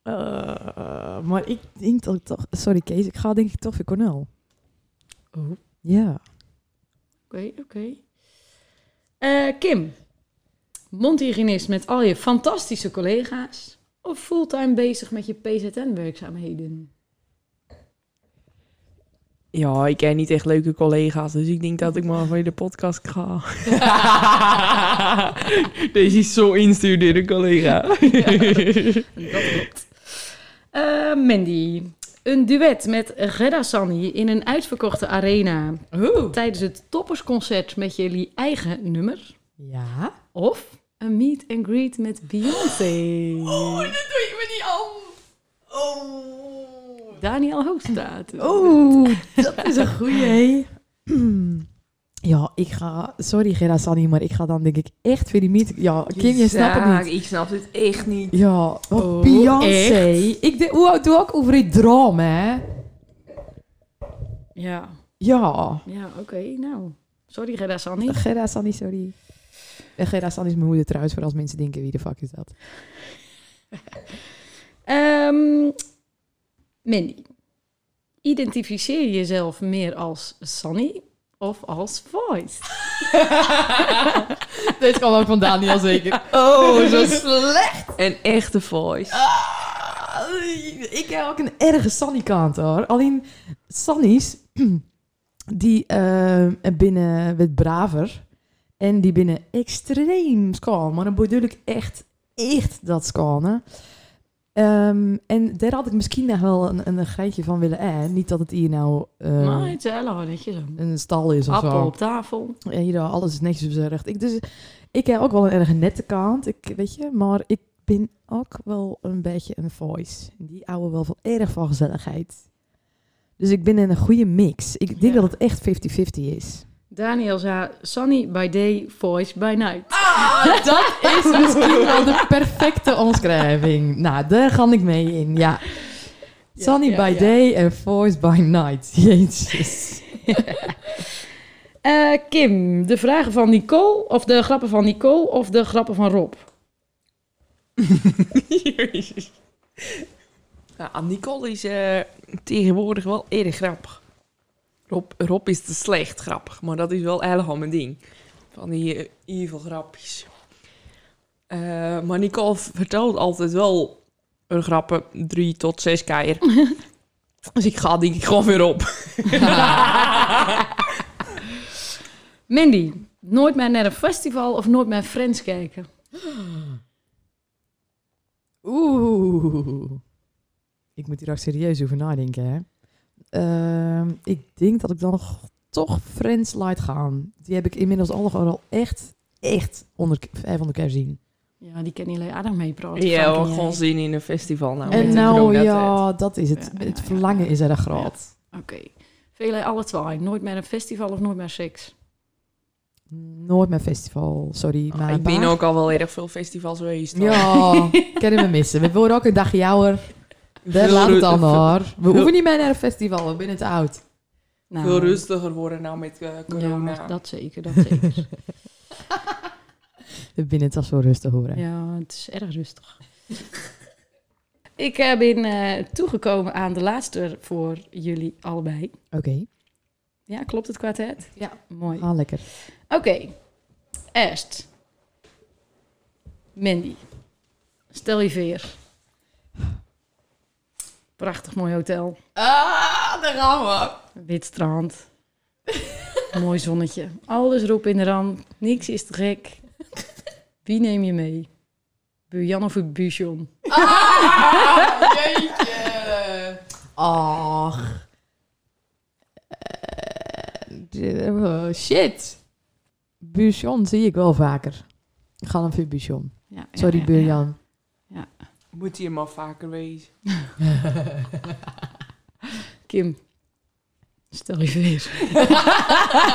Speaker 1: Eh, maar ik denk dat ik toch... Sorry Kees, ik ga denk ik toch voor Cornel.
Speaker 3: Oh.
Speaker 1: Ja.
Speaker 3: Oké, oké. Eh, Kim, mondhygiënist met al je fantastische collega's of fulltime bezig met je PZN-werkzaamheden?
Speaker 2: Ja, ik ken niet echt leuke collega's, dus ik denk dat ik maar voor de podcast ga. Deze is zo instuurd door de collega.
Speaker 3: Dat klopt. Eh, Mandy, een duet met Gerda Sani in een uitverkochte arena
Speaker 1: Oeh.
Speaker 3: tijdens het toppersconcert met jullie eigen nummer
Speaker 1: Ja.
Speaker 3: of een meet and greet met Beyoncé?
Speaker 2: Oh,
Speaker 4: doe je me niet aan. Oh.
Speaker 3: Daniel Hoogstraat.
Speaker 1: Oeh, Oh, dat is een goeie. hè. ja, ik ga... Sorry Gerda Sanni, maar ik ga dan denk ik echt voor die meet... Ja, Kim, je snapt het niet.
Speaker 4: Ik snap dit echt niet.
Speaker 1: Ja, wat
Speaker 3: Oh,
Speaker 1: Beyoncé. Ik denk, hoe doe ook over die droom, hè?
Speaker 3: Ja,
Speaker 1: Ja.
Speaker 3: ja oké, nou. Sorry Gerda Sani.
Speaker 1: Gerda Sanni, sorry. Eh, Gerda Sanni is mijn moeder trouwens, voor als mensen denken, wie de fuck is dat?
Speaker 3: Ehm Mandy, identificeer jezelf meer als Sunny of als Voice?
Speaker 1: Dit kwam ook van Daniel, zeker.
Speaker 4: Oh,
Speaker 1: zo slecht.
Speaker 2: Een echte voice.
Speaker 1: Ah, ik heb ook een erge Sanni kant, hoor. Alleen, Sannies, die eh, binnen wat braver en die binnen extreem scan. Maar dan bedoel ik echt, echt dat scannen. Ehm, en daar had ik misschien nog wel een, een greintje van willen. Eh, niet dat het hier nou eh,
Speaker 3: Maar het is wel netjes. een
Speaker 1: een stal is of
Speaker 3: Appel
Speaker 1: zo.
Speaker 3: op tafel.
Speaker 1: En hier alles is netjes op zijn recht. Ik, dus, ik heb ook wel een erg nette kant, ik, weet je. Maar ik ben ook wel een beetje een voice. Die ouwe wel van erg van gezelligheid. Dus ik ben in een goede mix. Ik denk
Speaker 3: Ja.
Speaker 1: dat het echt 50-50 is.
Speaker 3: Daniel zei Sunny by day, Voice by night. Ah, Eh,
Speaker 1: Dat is
Speaker 3: dus
Speaker 1: misschien wel de perfecte omschrijving. Nou, daar ga ik mee in, ja.
Speaker 3: Ja,
Speaker 1: Sunny
Speaker 3: ja,
Speaker 1: by
Speaker 3: ja.
Speaker 1: day en voice by night. Jezus.
Speaker 3: Eh, Kim, de vragen van Nicole of de grappen van Nicole of de grappen van Rob?
Speaker 2: Jezus. Nou, Nicole is eh, tegenwoordig wel erg grappig. Rob, Rob is te slecht grappig, maar dat is wel helemaal mijn ding. Van die eh, evil grapjes. Eh, maar Nicole vertelt altijd wel een grappen drie tot zes keer. dus ik ga denk ik gewoon weer op.
Speaker 3: Mandy, nooit meer naar een festival of nooit meer Friends kijken?
Speaker 1: Oeh. Ik moet hier ook serieus over nadenken, hè. Ehm, ik denk dat ik dan nog toch Friends Light ga aan. Die heb ik inmiddels alle gewoon al echt, echt onder 500 keer zien.
Speaker 3: Ja, die kan jullie aardig mee praten.
Speaker 2: Ja,
Speaker 3: Frank en
Speaker 2: hoor,
Speaker 3: jij.
Speaker 2: gewoon zin in een festival. Nou,
Speaker 1: en
Speaker 2: met de
Speaker 1: nou
Speaker 2: coronatijd.
Speaker 1: ja, dat is het.
Speaker 3: Ja, ja,
Speaker 1: het
Speaker 3: ja,
Speaker 1: verlangen
Speaker 3: ja.
Speaker 1: is erg groot.
Speaker 3: Oké. Velen alle twee. Nooit meer een festival of nooit meer seks.
Speaker 1: Nooit mijn festival, sorry. maar
Speaker 2: Oh, ik ben
Speaker 1: waar-
Speaker 2: ook al wel erg veel festivals geweest. hoor.
Speaker 1: Ja, kunnen we missen. We worden ook een dagje ouder. Daar
Speaker 2: Veel
Speaker 1: laat het
Speaker 2: ru-
Speaker 1: dan
Speaker 2: veel-
Speaker 1: hoor. We hoeven niet meer naar een festival, we zijn te oud.
Speaker 3: Nou,
Speaker 2: Veel rustiger worden nou met eh,
Speaker 3: Ja,
Speaker 2: corona.
Speaker 3: maar dat zeker, dat zeker.
Speaker 1: We zijn het al zo rustig horen.
Speaker 3: ja, het is erg rustig. Ik eh, ben eh, toegekomen aan de laatste voor jullie allebei.
Speaker 1: Oké,
Speaker 3: Ja, klopt het kwartet?
Speaker 1: Ja.
Speaker 3: Mooi. Oké.
Speaker 1: ah, lekker.
Speaker 3: Eerst. Mandy. Stel je veer. Prachtig mooi hotel.
Speaker 1: Ah, daar gaan we.
Speaker 3: Wit strand. Mooi zonnetje. Alles roep in de rand. Niks is te gek. Wie neem je mee? Bujan of Bujon?
Speaker 1: Ach. Eh, shit. Buchon zie ik wel vaker. Ik ga dan voor Buchon.
Speaker 3: Ja, ja,
Speaker 1: Sorry,
Speaker 3: ja, ja.
Speaker 1: Burjan.
Speaker 2: Moet hij maar vaker wezen.
Speaker 3: Kim, stel je weer.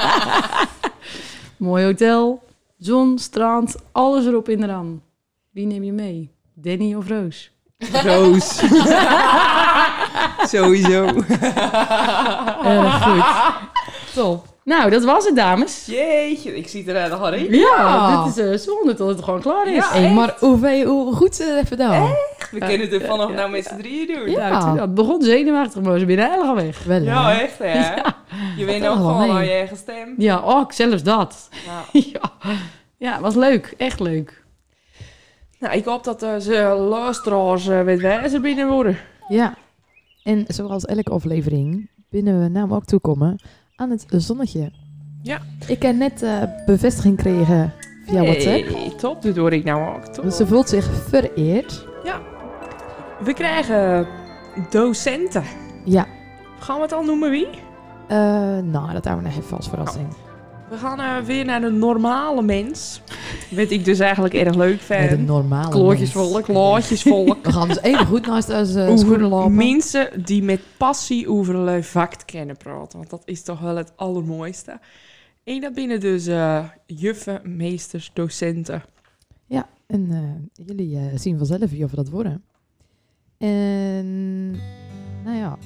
Speaker 3: Mooi hotel, zon, strand, alles erop in de ram. Wie neem je mee? Danny of Roos?
Speaker 2: Roos. Sowieso.
Speaker 3: Erg goed.
Speaker 1: Top.
Speaker 3: Nou, dat was het, dames.
Speaker 2: Jeetje, ik zie het eruit, Harry.
Speaker 1: Ja.
Speaker 3: dit is eh, zonde dat het gewoon klaar is.
Speaker 2: Ja,
Speaker 1: Hey, maar hoe, ben je- hoe goed eh, ze het hebben gedaan.
Speaker 2: We kunnen het er vanaf nou met z'n drieën doen.
Speaker 1: Ja.
Speaker 3: Nou, het begon zenuwachtig, maar ze binnen eigenlijk al weg.
Speaker 1: Wel, hè?
Speaker 2: Ja, echt hè? Je
Speaker 1: Valt
Speaker 2: weet nog
Speaker 1: allemaal
Speaker 2: gewoon
Speaker 1: mee.
Speaker 2: waar je eigen stem.
Speaker 3: Ja, ook zelfs dat.
Speaker 2: Nou.
Speaker 3: ja. ja, was leuk. Echt leuk.
Speaker 2: Nou, ik hoop dat eh, ze luisteraars eh, met wijzer binnen worden.
Speaker 1: Ja. En zoals elke aflevering binnen we namelijk ook toekomen aan het zonnetje.
Speaker 2: Ja.
Speaker 1: Ik heb net eh, bevestiging gekregen via WhatsApp.
Speaker 2: Hey, top, dit hoor ik nou ook. Top.
Speaker 1: Dus ze voelt zich vereerd.
Speaker 2: We krijgen docenten.
Speaker 1: Ja.
Speaker 2: Gaan we het al noemen wie?
Speaker 1: Eh, nou, dat houden we nog even als verrassing.
Speaker 2: We gaan eh, weer naar de normale mens. Wat ik dus eigenlijk erg leuk
Speaker 1: Met een
Speaker 2: vind.
Speaker 1: normale mens.
Speaker 2: Klootjesvolk, loodjesvolk.
Speaker 1: We gaan dus even goed naast als eh schoenen
Speaker 2: Over
Speaker 1: lopen.
Speaker 2: mensen die met passie over een vak kennen praten. Want dat is toch wel het allermooiste. En dat binnen dus eh, juffen, meesters, docenten.
Speaker 1: En eh, jullie eh, zien vanzelf wie of we dat worden. En nou ja,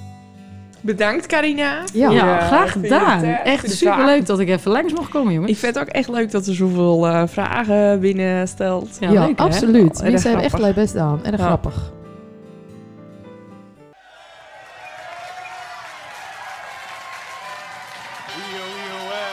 Speaker 2: Bedankt, Carina.
Speaker 1: Ja.
Speaker 3: Ja,
Speaker 2: Ja,
Speaker 3: graag
Speaker 2: vind
Speaker 3: gedaan.
Speaker 2: het, eh,
Speaker 3: Echt
Speaker 2: vind het
Speaker 3: superleuk dat ik even langs mocht komen, jongens.
Speaker 2: Ik vind het ook echt leuk dat er zoveel eh, vragen binnen stelt.
Speaker 1: ja,
Speaker 3: Ja, leuk, hè?
Speaker 1: absoluut.
Speaker 2: Oh, erg
Speaker 1: Mensen hebben echt
Speaker 2: grappig.
Speaker 1: leuk best aan. Erg
Speaker 2: Ja.
Speaker 1: grappig.
Speaker 5: Wheel, wheel, way.